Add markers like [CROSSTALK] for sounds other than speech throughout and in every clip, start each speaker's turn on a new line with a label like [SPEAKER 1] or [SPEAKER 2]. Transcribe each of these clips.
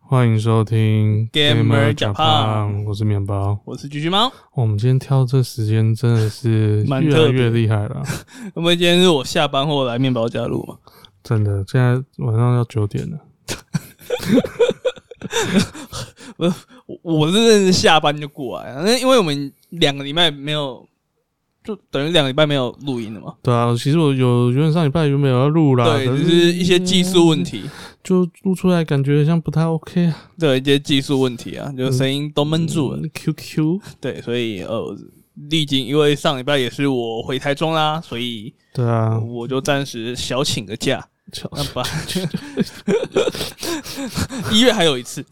[SPEAKER 1] 欢迎收听
[SPEAKER 2] Gamer
[SPEAKER 1] 假
[SPEAKER 2] 假胖
[SPEAKER 1] 我是面包。
[SPEAKER 2] 我是橘橘猫。
[SPEAKER 1] 我们今天挑这时间真的是
[SPEAKER 2] 蛮
[SPEAKER 1] 越
[SPEAKER 2] 特
[SPEAKER 1] 来
[SPEAKER 2] 别
[SPEAKER 1] 越厉害
[SPEAKER 2] [LAUGHS]
[SPEAKER 1] 了，
[SPEAKER 2] 因为今天是我下班后来面包家录嘛，
[SPEAKER 1] 真的，现在晚上要九点了。
[SPEAKER 2] 我我真的是下班就过来了，那因为我们两个礼拜没有，就等于两个礼拜没有录音了嘛。
[SPEAKER 1] 对啊，其实我有原本上礼拜原本有要录啦，
[SPEAKER 2] 对，啊
[SPEAKER 1] 可
[SPEAKER 2] 就是是一些技术问题，
[SPEAKER 1] 就录出来感觉像不太 OK 啊，嗯
[SPEAKER 2] 对一些技术问题啊，就声音都闷住了。
[SPEAKER 1] QQ，
[SPEAKER 2] 对，所以呃，历经因为上礼拜也是我回台中啦，所以
[SPEAKER 1] 对啊，
[SPEAKER 2] 我就暂时小请个假，
[SPEAKER 1] 巧
[SPEAKER 2] 那 [LAUGHS] 把一月还有一次。。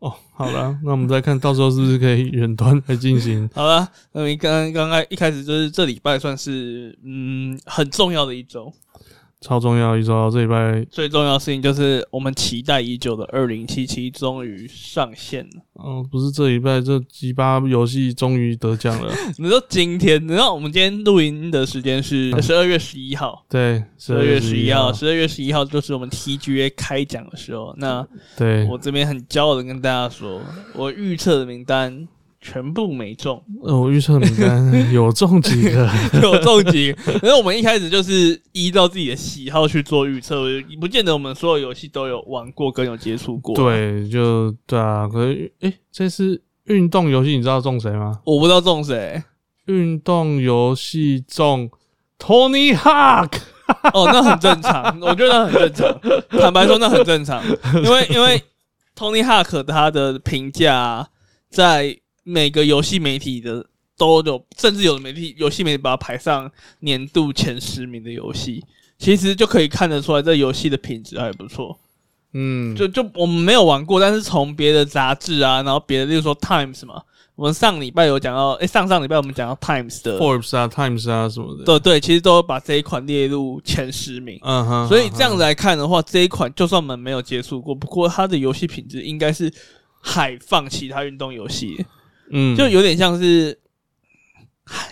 [SPEAKER 1] 哦，好了，那我们再看到时候是不是可以远端来进行
[SPEAKER 2] 好了，那么刚刚刚一开始就是这礼拜算是嗯很重要的一周，
[SPEAKER 1] 超重要一周，啊这礼拜
[SPEAKER 2] 最重要的事情就是我们期待已久的二零七七终于上线了。
[SPEAKER 1] 嗯、不是这礼拜这鸡巴游戏终于得奖了，
[SPEAKER 2] 你说今天，你知道我们今天录音的时间是十二月十一号，
[SPEAKER 1] 对，
[SPEAKER 2] 十二月十
[SPEAKER 1] 11
[SPEAKER 2] 一号，嗯十二月十一号就是我们 TGA 开奖的时候。那
[SPEAKER 1] 对，
[SPEAKER 2] 我这边很骄傲的跟大家说，我预测的名单全部没中。
[SPEAKER 1] 呃，我预测名
[SPEAKER 2] [LAUGHS]
[SPEAKER 1] 单有中几个，
[SPEAKER 2] 有重疾。因为我们一开始就是依照自己的喜好去做预测，不见得我们所有游戏都有玩过跟有接触过。，
[SPEAKER 1] 对，就对啊。可是，诶、这次运动游戏你知道中谁吗？
[SPEAKER 2] 我不知道中谁。
[SPEAKER 1] 运动游戏中 Tony Hawk，
[SPEAKER 2] 哦，那很正常，我觉得很正常。坦白说，那很正常，因为因为 Tony Hawk 他的评价啊在每个游戏媒体的。都有，甚至有的媒体游戏媒体把它排上年度前十名的游戏，其实就可以看得出来这游戏的品质还不错。
[SPEAKER 1] 嗯，
[SPEAKER 2] 就就我们没有玩过，但是从别的杂志啊，然后别的，例如说 Times 嘛，我们上礼拜有讲到，诶，上上礼拜我们讲到 Times 的，
[SPEAKER 1] Forbes 啊、Times 啊什么的，
[SPEAKER 2] 对对，其实都有把这一款列入前十名。
[SPEAKER 1] 嗯哼，
[SPEAKER 2] 所以这样子来看的话，这一款就算我们没有接触过，不过它的游戏品质应该是海放其他运动游戏，
[SPEAKER 1] 嗯，
[SPEAKER 2] 就有点像是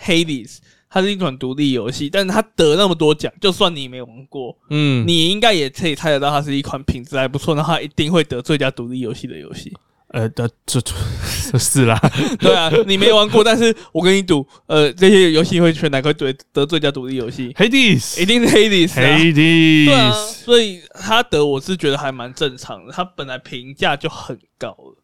[SPEAKER 2] Hades，它是一款独立游戏，但是它得那么多奖，就算你没玩过，
[SPEAKER 1] 嗯，
[SPEAKER 2] 你应该也可以猜得到，它是一款品质还不错，那它一定会得最佳独立游戏的游戏。
[SPEAKER 1] 呃，这这是啦，
[SPEAKER 2] [LAUGHS] 对啊，你没玩过，但是我跟你赌，呃，这些游戏会选哪个得得最佳独立游戏？一
[SPEAKER 1] Hades，Hades，
[SPEAKER 2] 定是 Hades 啊、对啊，
[SPEAKER 1] Hades
[SPEAKER 2] 所以他得我是觉得还蛮正常的，他本来评价就很高了。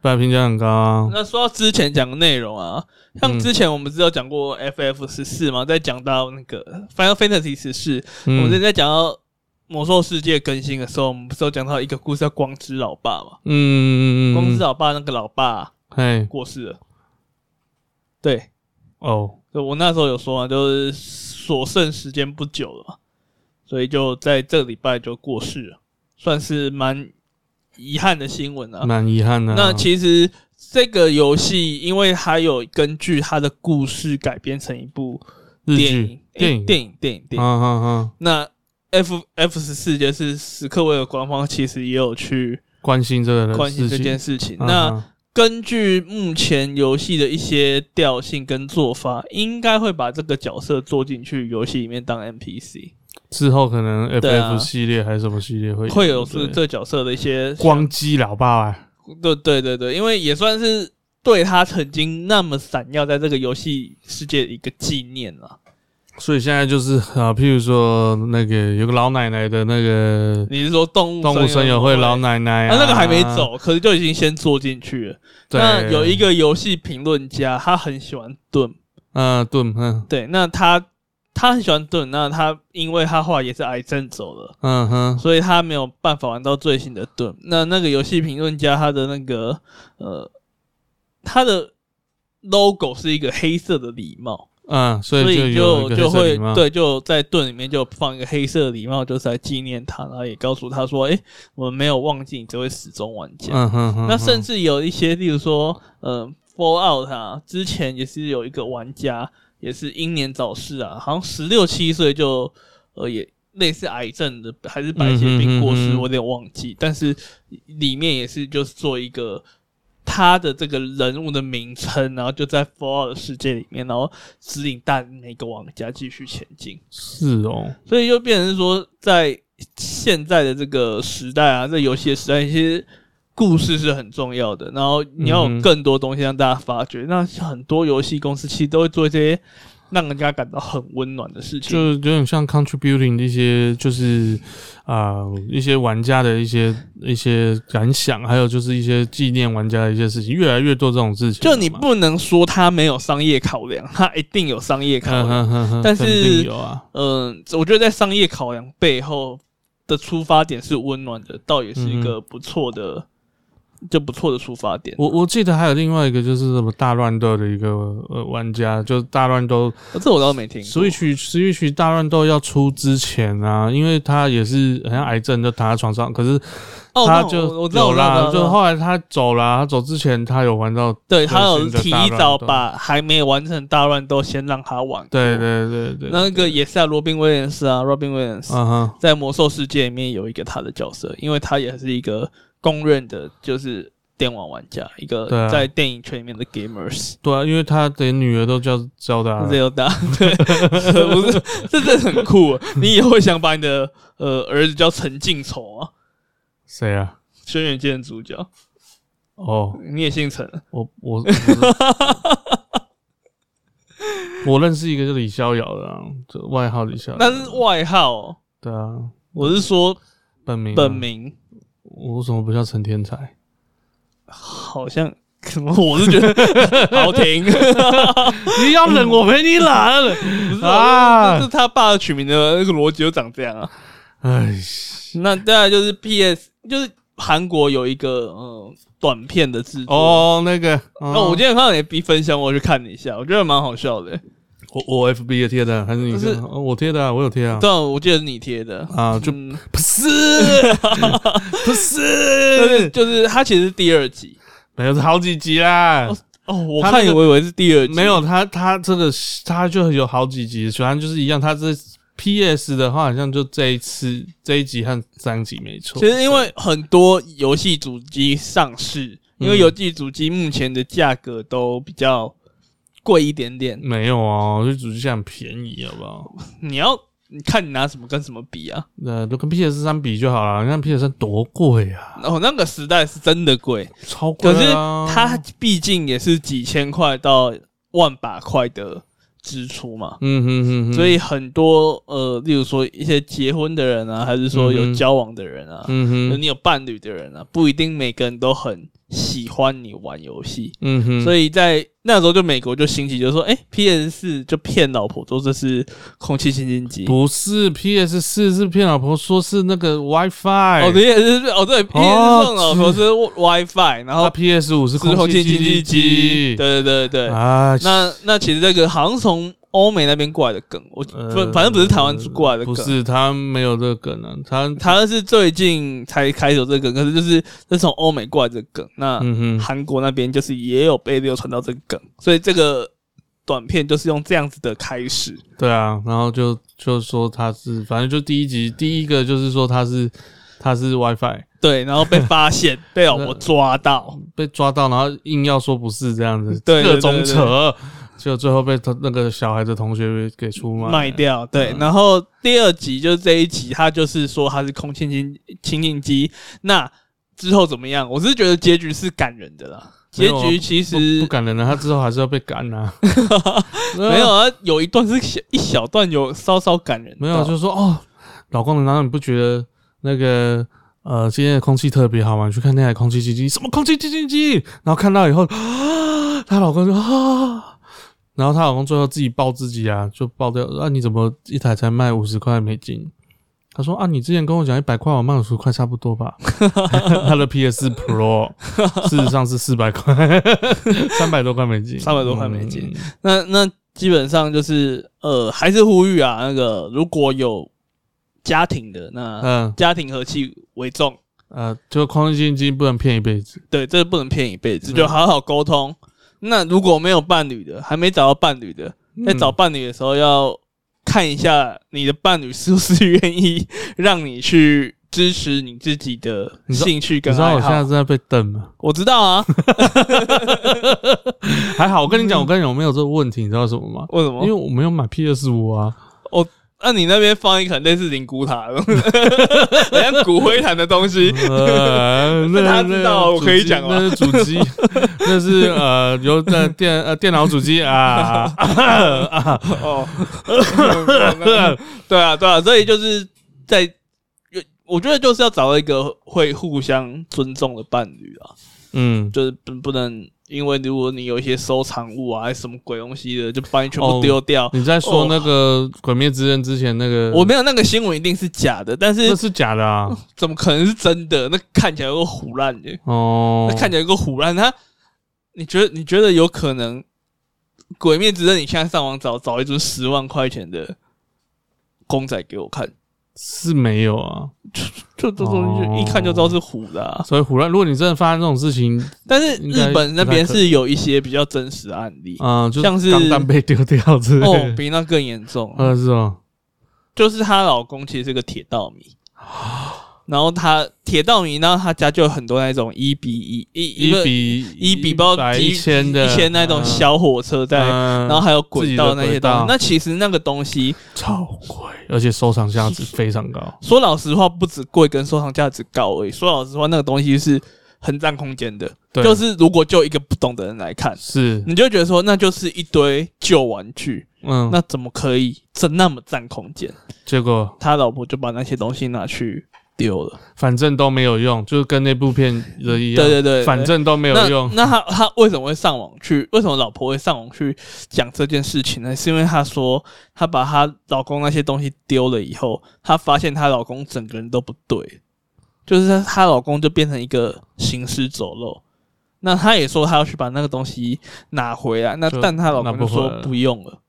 [SPEAKER 1] 本来评价很高啊，
[SPEAKER 2] 那说到之前讲的内容啊，像
[SPEAKER 1] 嗯
[SPEAKER 2] 之前我们只有讲过 FF 十四嘛，在讲到那个 Final Fantasy 十四，我们之
[SPEAKER 1] 嗯
[SPEAKER 2] 前在讲到魔兽世界更新的时候，我们不是有讲到一个故事叫光之老爸嘛？
[SPEAKER 1] 嗯，
[SPEAKER 2] 光之老爸那个老爸
[SPEAKER 1] 嘿，
[SPEAKER 2] 过世了，对，
[SPEAKER 1] 哦，
[SPEAKER 2] 对，我那时候有说嘛，就是所剩时间不久了嘛，所以就在这礼拜就过世了，算是蛮遗憾的新闻啊。
[SPEAKER 1] 蛮遗憾的啊，
[SPEAKER 2] 那其实这个游戏，因为它有根据它的故事改编成一部
[SPEAKER 1] 日
[SPEAKER 2] 电
[SPEAKER 1] 剧
[SPEAKER 2] 影，诶
[SPEAKER 1] 影
[SPEAKER 2] 电影，电影，电影。
[SPEAKER 1] 啊啊啊！
[SPEAKER 2] 那 F F 十四就是史克威尔官方其实也有去
[SPEAKER 1] 关心这个人
[SPEAKER 2] 关心这
[SPEAKER 1] 事情
[SPEAKER 2] 件事情。
[SPEAKER 1] 嗯
[SPEAKER 2] 那
[SPEAKER 1] 哼
[SPEAKER 2] 根据目前游戏的一些调性跟做法，应该会把这个角色做进去游戏里面当 NPC，
[SPEAKER 1] 之后可能
[SPEAKER 2] 对啊
[SPEAKER 1] FF 系列还是什么系列会
[SPEAKER 2] 会有是
[SPEAKER 1] 对
[SPEAKER 2] 这角色的一些
[SPEAKER 1] 光机老爸啊，
[SPEAKER 2] 对对对对，因为也算是对他曾经那么闪耀在这个游戏世界的一个纪念啊了。
[SPEAKER 1] 所以现在就是啊，譬如说那个有个老奶奶的那个
[SPEAKER 2] 你是说动物
[SPEAKER 1] 动物
[SPEAKER 2] 声
[SPEAKER 1] 声
[SPEAKER 2] 友
[SPEAKER 1] 友会老奶奶
[SPEAKER 2] 啊，那个还没，走，可是就已经先做进去了。
[SPEAKER 1] 对，
[SPEAKER 2] 那有一个游戏评论家，他很喜欢盾
[SPEAKER 1] 嗯盾嗯
[SPEAKER 2] 对，那他他很喜欢盾，那他因为他后来也是癌症走了。
[SPEAKER 1] 嗯哼
[SPEAKER 2] 所以他没有办法玩到最新的盾。那那个游戏评论家他的那个呃，他的 logo 是一个黑色的礼帽，
[SPEAKER 1] 嗯，所
[SPEAKER 2] 所
[SPEAKER 1] 以
[SPEAKER 2] 以
[SPEAKER 1] 有一
[SPEAKER 2] 就
[SPEAKER 1] 个黑
[SPEAKER 2] 就
[SPEAKER 1] 色
[SPEAKER 2] 会
[SPEAKER 1] 礼帽，
[SPEAKER 2] 对，就在盾里面就放一个黑色的礼帽，就是来纪念他，然后也告诉他说，诶，我们没有忘记你这位始终玩家。
[SPEAKER 1] 嗯哼哼，
[SPEAKER 2] 那甚
[SPEAKER 1] 至
[SPEAKER 2] 至有一些，例如说，呃，Fallout 啊，之前也是有一个玩家也是英年早逝啊，好像十六七岁就呃也类似癌症的还是白血病过
[SPEAKER 1] 嗯
[SPEAKER 2] 世，
[SPEAKER 1] 哼嗯哼
[SPEAKER 2] 我有点忘记。但是里面也是就是做一个他的这个人物的名称，然后就在 Fallout 的世界里面，然后指引大每个玩家继续前进。
[SPEAKER 1] 是哦，
[SPEAKER 2] 所以就变成是说，在现在的这个时代啊，在游戏的时代，其实故事是很重要的，然后你
[SPEAKER 1] 嗯
[SPEAKER 2] 要有更多东西让大家发掘。那很多游戏公司其实都会做这些让人家感到很温暖的事情。
[SPEAKER 1] 就有点像 contributing 的一些，就是啊、呃一些玩家的一些一些感想，还有就是一些纪念玩家的一些事情，越来越多这种事情
[SPEAKER 2] 就
[SPEAKER 1] 了嘛。
[SPEAKER 2] 你不能说它没有商业考量，它一定有商业考
[SPEAKER 1] 嗯，
[SPEAKER 2] 量。
[SPEAKER 1] 哼哼哼
[SPEAKER 2] 但是
[SPEAKER 1] 肯定有啊，
[SPEAKER 2] 嗯，我觉得在商业考量背后的出发点是温暖的，倒也是一个不错的，就不错的出发点。
[SPEAKER 1] 嗯我我记得还有另外一个就是什么大乱斗的一个呃玩家，就是大乱斗
[SPEAKER 2] 哦这我倒没听过。
[SPEAKER 1] Switch Switch 大乱斗要出之前啊，因为他也是好像癌症就躺在床上，可是
[SPEAKER 2] 哦，
[SPEAKER 1] 他
[SPEAKER 2] 那我
[SPEAKER 1] 就
[SPEAKER 2] 我知道
[SPEAKER 1] 有
[SPEAKER 2] 我知道我
[SPEAKER 1] 啦，
[SPEAKER 2] 知道
[SPEAKER 1] 就后来他走啦，他走之前他有玩到，
[SPEAKER 2] 对他有
[SPEAKER 1] 最新的
[SPEAKER 2] 提
[SPEAKER 1] 大乱
[SPEAKER 2] 早
[SPEAKER 1] 斗
[SPEAKER 2] 把还没完成大乱斗先让他玩。
[SPEAKER 1] 对。对对对，
[SPEAKER 2] 那个也是啊，罗宾威廉斯啊，Robin Williams、
[SPEAKER 1] 嗯哼。
[SPEAKER 2] 在魔兽世界里面有一个他的角色，因为他也是一个公认的，就是电玩玩家，一个
[SPEAKER 1] 对啊
[SPEAKER 2] 在电影圈里面的 gamers。
[SPEAKER 1] 对啊，因为他的女儿都叫叫他了，
[SPEAKER 2] Zelda，对，不是，这真的很酷
[SPEAKER 1] [LAUGHS]
[SPEAKER 2] 啊。你以后会想把你的呃儿子叫陈敬仇啊，
[SPEAKER 1] 谁啊？
[SPEAKER 2] 《轩辕剑》主角，
[SPEAKER 1] 哦，
[SPEAKER 2] 你也姓陈，啊
[SPEAKER 1] 我
[SPEAKER 2] [LAUGHS]
[SPEAKER 1] 我我认识一个叫李逍遥的、啊，这外号李逍遥。
[SPEAKER 2] 那是外号哦、
[SPEAKER 1] 对啊，
[SPEAKER 2] 我是说
[SPEAKER 1] 本名啊
[SPEAKER 2] 本，名，
[SPEAKER 1] 我为什么不叫陈天才？
[SPEAKER 2] 好像可能我是觉得 [LAUGHS] 好听，
[SPEAKER 1] [LAUGHS] 你要忍，我陪你忍。
[SPEAKER 2] 不是
[SPEAKER 1] 啊
[SPEAKER 2] 啊，这是他爸取名的那个逻辑就长这样啊。 [LAUGHS]
[SPEAKER 1] 哎，
[SPEAKER 2] 那再来就是 PS，就是韩国有一个嗯短片的制作。
[SPEAKER 1] 哦，那个，那、
[SPEAKER 2] 那我今天看到你 B 分享，我去看了一下，我觉得蛮好笑的、
[SPEAKER 1] 我我 FB 也贴的，还是你
[SPEAKER 2] 就是
[SPEAKER 1] 是、哦我贴的、啊，我有贴啊。
[SPEAKER 2] 对啊，我记得是你贴的，
[SPEAKER 1] 啊，
[SPEAKER 2] [LAUGHS]
[SPEAKER 1] 就
[SPEAKER 2] 嗯，
[SPEAKER 1] 不是不
[SPEAKER 2] 就是
[SPEAKER 1] 是，
[SPEAKER 2] 就是它其实是第二集
[SPEAKER 1] 没有好几集啦。
[SPEAKER 2] 哦，我
[SPEAKER 1] 它那
[SPEAKER 2] 看
[SPEAKER 1] 个
[SPEAKER 2] 以为是第二集，
[SPEAKER 1] 没有他，他这个他就有好几集，反正就是一样。他这 PS 的话，好像就这一次这一集和上一集没错。
[SPEAKER 2] 其实因为很多游戏主机上市，因为游戏主机目前的价格都比较贵一点点，
[SPEAKER 1] 没有哦，就主机价很便宜，好不好？
[SPEAKER 2] 你要你看你拿什么跟什么比啊？
[SPEAKER 1] 那都跟 PS 三比就好了。你看 PS 三多贵啊，
[SPEAKER 2] 哦，那个时代是真的贵，
[SPEAKER 1] 超贵
[SPEAKER 2] 可是
[SPEAKER 1] 啊！
[SPEAKER 2] 它毕竟也是几千块到万把块的支出嘛。
[SPEAKER 1] 嗯哼哼哼，
[SPEAKER 2] 所以很多呃，例如说一些结婚的人啊，还是说
[SPEAKER 1] 嗯
[SPEAKER 2] 有
[SPEAKER 1] 哼
[SPEAKER 2] 交往的人啊，
[SPEAKER 1] 嗯
[SPEAKER 2] 就
[SPEAKER 1] 哼
[SPEAKER 2] 你有伴侣的人啊，不一定每个人都很喜欢你玩游戏，
[SPEAKER 1] 嗯哼，
[SPEAKER 2] 所
[SPEAKER 1] 以
[SPEAKER 2] 以在那时候就美国就兴起，就说哎、p s 四就骗老婆说这是空气清新机，
[SPEAKER 1] 不是 PS 四是骗老婆说是那个 WiFi，
[SPEAKER 2] 哦，对，也是哦，对，PS
[SPEAKER 1] 哦
[SPEAKER 2] 送老婆是 WiFi，然
[SPEAKER 1] 那
[SPEAKER 2] 后
[SPEAKER 1] PS 五是
[SPEAKER 2] 是空
[SPEAKER 1] 气
[SPEAKER 2] 气清新
[SPEAKER 1] 净
[SPEAKER 2] 机，对对对对，
[SPEAKER 1] 啊，
[SPEAKER 2] 那那其实这个好像从欧美那边过来的梗，我
[SPEAKER 1] 呃
[SPEAKER 2] 反反正不是台湾过来的
[SPEAKER 1] 不
[SPEAKER 2] 梗。
[SPEAKER 1] 是他没有这个梗啊，他
[SPEAKER 2] 台湾是最近才开始有这个梗，可是就是是从欧美过来的梗。那
[SPEAKER 1] 嗯哼。
[SPEAKER 2] 韩国那边就是也有被流传到这个梗，所以这个短片就是用这样子的开始。
[SPEAKER 1] 对啊，然后就就说他是，反正就第一集第一个就是说他是他是 WiFi
[SPEAKER 2] 对，然后被
[SPEAKER 1] [LAUGHS]
[SPEAKER 2] 发现，被老婆抓到，
[SPEAKER 1] 被抓到，然后硬要说不是这样子，
[SPEAKER 2] 对对
[SPEAKER 1] 各种扯，就最后被他那个小孩的同学给出卖
[SPEAKER 2] 卖掉。对，
[SPEAKER 1] 嗯
[SPEAKER 2] 然后第二集就是这一集，他就是说他是空气清清净机。那之后怎么样？我是觉得结局是感人的啦。
[SPEAKER 1] 没
[SPEAKER 2] 结
[SPEAKER 1] 有
[SPEAKER 2] 局其
[SPEAKER 1] 不
[SPEAKER 2] 实
[SPEAKER 1] 不感人了，他之后还是要被赶
[SPEAKER 2] [LAUGHS]
[SPEAKER 1] 啊，
[SPEAKER 2] 没有啊，有一段是小一小段有稍稍感人到，
[SPEAKER 1] 没有，就是说哦，老公，难道你不觉得那个呃今天的空气特别好吗？你去看那台空气清新机，什么空气清新机？然后看到以后， [GASPS] 啊，她老公就啊，然后她老公最后自己抱自己啊，就抱掉。啊，你怎么一台才卖五十块美金？他说啊，你之前跟我讲一百块，我卖五十块差不多吧？ [LAUGHS] 他的 PS Pro 事实上是四百块， [LAUGHS] 三百多块美金，
[SPEAKER 2] 300多块美金
[SPEAKER 1] 嗯。
[SPEAKER 2] 那那基本上就是呃，还是呼吁啊，那个如果有家庭的，那
[SPEAKER 1] 嗯
[SPEAKER 2] 家庭和气为重，
[SPEAKER 1] 呃，就空气清新机不能骗一辈子。
[SPEAKER 2] 对，这不能骗一辈
[SPEAKER 1] 嗯
[SPEAKER 2] 子，就好好沟通。那如果没有伴侣的，还没找到伴侣的，在
[SPEAKER 1] 嗯
[SPEAKER 2] 找伴侣的时候要看一下你的伴侣是不是愿意 [LAUGHS] 让你去支持你自己的
[SPEAKER 1] 你知道
[SPEAKER 2] 兴趣
[SPEAKER 1] 你
[SPEAKER 2] 跟
[SPEAKER 1] 知道
[SPEAKER 2] 爱
[SPEAKER 1] 我现在
[SPEAKER 2] 好。
[SPEAKER 1] 正在被瞪吗？
[SPEAKER 2] 我知道
[SPEAKER 1] [LAUGHS]
[SPEAKER 2] 啊，
[SPEAKER 1] 还好，我跟你讲，我跟你讲，我没有这个问题，你知道为什么吗？
[SPEAKER 2] 为什么？
[SPEAKER 1] 因为我没有买 PS 五啊。
[SPEAKER 2] 哦，那、你那边放一个很类似灵骨塔的， [LAUGHS] 好像骨灰坛的东西，
[SPEAKER 1] 呃，那
[SPEAKER 2] 他
[SPEAKER 1] 那
[SPEAKER 2] 知道我
[SPEAKER 1] 主
[SPEAKER 2] 可以
[SPEAKER 1] 机
[SPEAKER 2] 讲吗
[SPEAKER 1] 那是主机，那是呃，由呃电呃电脑主机啊啊，
[SPEAKER 2] 哦，
[SPEAKER 1] [LAUGHS]
[SPEAKER 2] 对啊，对啊，所以就是在，我觉得就是要找到一个会互相尊重的伴侣啊，
[SPEAKER 1] 嗯，
[SPEAKER 2] 就是不不能因为如果你有一些收藏物啊，还是什么鬼东西的，就把你全部
[SPEAKER 1] 哦
[SPEAKER 2] 丢掉。
[SPEAKER 1] 你在说那个《鬼灭之刃》之前那个，
[SPEAKER 2] 我没有那个新闻一定是假的，但
[SPEAKER 1] 那
[SPEAKER 2] 是
[SPEAKER 1] 是假的啊，
[SPEAKER 2] 怎么可能是真的？那看起来有个胡乱的，
[SPEAKER 1] 哦
[SPEAKER 2] 那，看起来有个胡乱。他，你觉得你觉得有可能《鬼灭之刃》？你现在上网找找一尊十万块钱的公仔给我看，
[SPEAKER 1] 是没有啊，
[SPEAKER 2] 就这东西就
[SPEAKER 1] 哦
[SPEAKER 2] 一看就知道是虎的、啊。
[SPEAKER 1] 所以胡乱，如果你真的发生这种事情，
[SPEAKER 2] 但是
[SPEAKER 1] 应该
[SPEAKER 2] 日本那边
[SPEAKER 1] 不太可
[SPEAKER 2] 是有一些比较真实的案例，
[SPEAKER 1] 嗯，就
[SPEAKER 2] 像是
[SPEAKER 1] 钢弹被丢掉之
[SPEAKER 2] 哦
[SPEAKER 1] 类，的，
[SPEAKER 2] 比那更严重。
[SPEAKER 1] 呃，是哦，
[SPEAKER 2] 就是她老公其实是个铁道迷，然后他铁道迷，然后他家就有很多那种一比一一
[SPEAKER 1] 一
[SPEAKER 2] 个
[SPEAKER 1] 比
[SPEAKER 2] 一比包
[SPEAKER 1] 百一千的
[SPEAKER 2] 一千那种
[SPEAKER 1] 小，
[SPEAKER 2] 小火车在，
[SPEAKER 1] 然
[SPEAKER 2] 然后还有
[SPEAKER 1] 自
[SPEAKER 2] 轨
[SPEAKER 1] 己的
[SPEAKER 2] 道那
[SPEAKER 1] 轨
[SPEAKER 2] 些东西
[SPEAKER 1] 道。
[SPEAKER 2] 那其实那个东西，
[SPEAKER 1] 超贵，而且收藏价值非常高
[SPEAKER 2] 说老实话，不止贵跟收藏价值高而已。说老实话，那个东西是很占空间的，
[SPEAKER 1] 对，
[SPEAKER 2] 就是如果就一个不懂的人来看。
[SPEAKER 1] 是
[SPEAKER 2] 你就会觉得说，那就是一堆旧玩具，
[SPEAKER 1] 嗯，
[SPEAKER 2] 那怎么可以这那么占空间？
[SPEAKER 1] 结果
[SPEAKER 2] 他老婆就把那些东西拿去丢了。
[SPEAKER 1] 反正都没有用，就是跟那部片的一样，
[SPEAKER 2] 对对对，
[SPEAKER 1] 反正都没
[SPEAKER 2] 没
[SPEAKER 1] 有用，
[SPEAKER 2] 那他他为什么会上网去？为什么老婆会上网去讲这件事情呢？是因为她说她把她老公那些东西丢了以后，她发现她老公整个人都不对，就是她老公就变成一个行尸走肉。那她也说她要去把那个东西拿回来，那
[SPEAKER 1] 就
[SPEAKER 2] 但她老公就说
[SPEAKER 1] 拿不回来了
[SPEAKER 2] 不用了，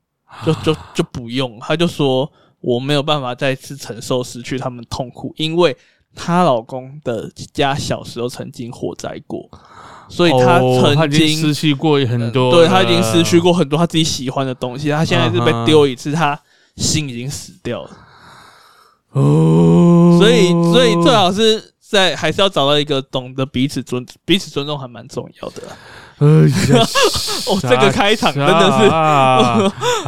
[SPEAKER 2] 就就就不用，她就说我没有办法再次承受失去他们痛苦，因为她老公的家小时候曾经火灾过，所以她
[SPEAKER 1] 哦他
[SPEAKER 2] 曾
[SPEAKER 1] 已经
[SPEAKER 2] 经、
[SPEAKER 1] 失去过很多，
[SPEAKER 2] 对她已经失去，过很多她自己喜欢的东西，她现在是被
[SPEAKER 1] 嗯哼
[SPEAKER 2] 丢一次，她心已经死掉了。
[SPEAKER 1] 哦，
[SPEAKER 2] 所以，所以最好是在还是要找到一个懂得彼此尊彼此尊重，还蛮重要的啊。，
[SPEAKER 1] 哎呀
[SPEAKER 2] [LAUGHS] 哦这个开场真的是
[SPEAKER 1] 是，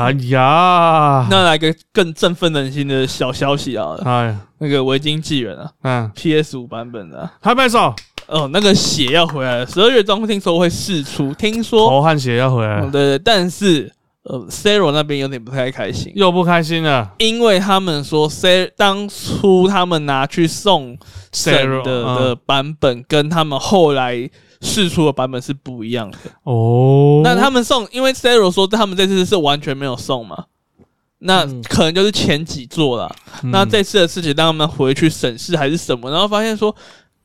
[SPEAKER 1] 哎呀，
[SPEAKER 2] [LAUGHS] 那来个更振奋人心的小消息啊，
[SPEAKER 1] 哎呀，
[SPEAKER 2] 那个《维京纪元》啊
[SPEAKER 1] 嗯，
[SPEAKER 2] ，PS 五版本的啊、
[SPEAKER 1] 拍拍手，
[SPEAKER 2] 哦，那个血要回来了，十二月中听说会试出，听说，
[SPEAKER 1] 头汗血要回来
[SPEAKER 2] 嗯
[SPEAKER 1] 了，
[SPEAKER 2] 对对，但是呃 s a r a 那边有点不太开心，
[SPEAKER 1] 又不开心了，
[SPEAKER 2] 因为他们说 s a r 当初他们拿去送审
[SPEAKER 1] Sarah，
[SPEAKER 2] 的
[SPEAKER 1] 嗯
[SPEAKER 2] 的版本跟他们后来试出的版本是不一样的。
[SPEAKER 1] 哦，
[SPEAKER 2] 那他们送，因为 s a r a 说他们这次是完全没有送嘛，那
[SPEAKER 1] 嗯
[SPEAKER 2] 可能就是前几座啦。
[SPEAKER 1] 嗯
[SPEAKER 2] 那这次的事情，让他们回去审视还是什么，然后发现说，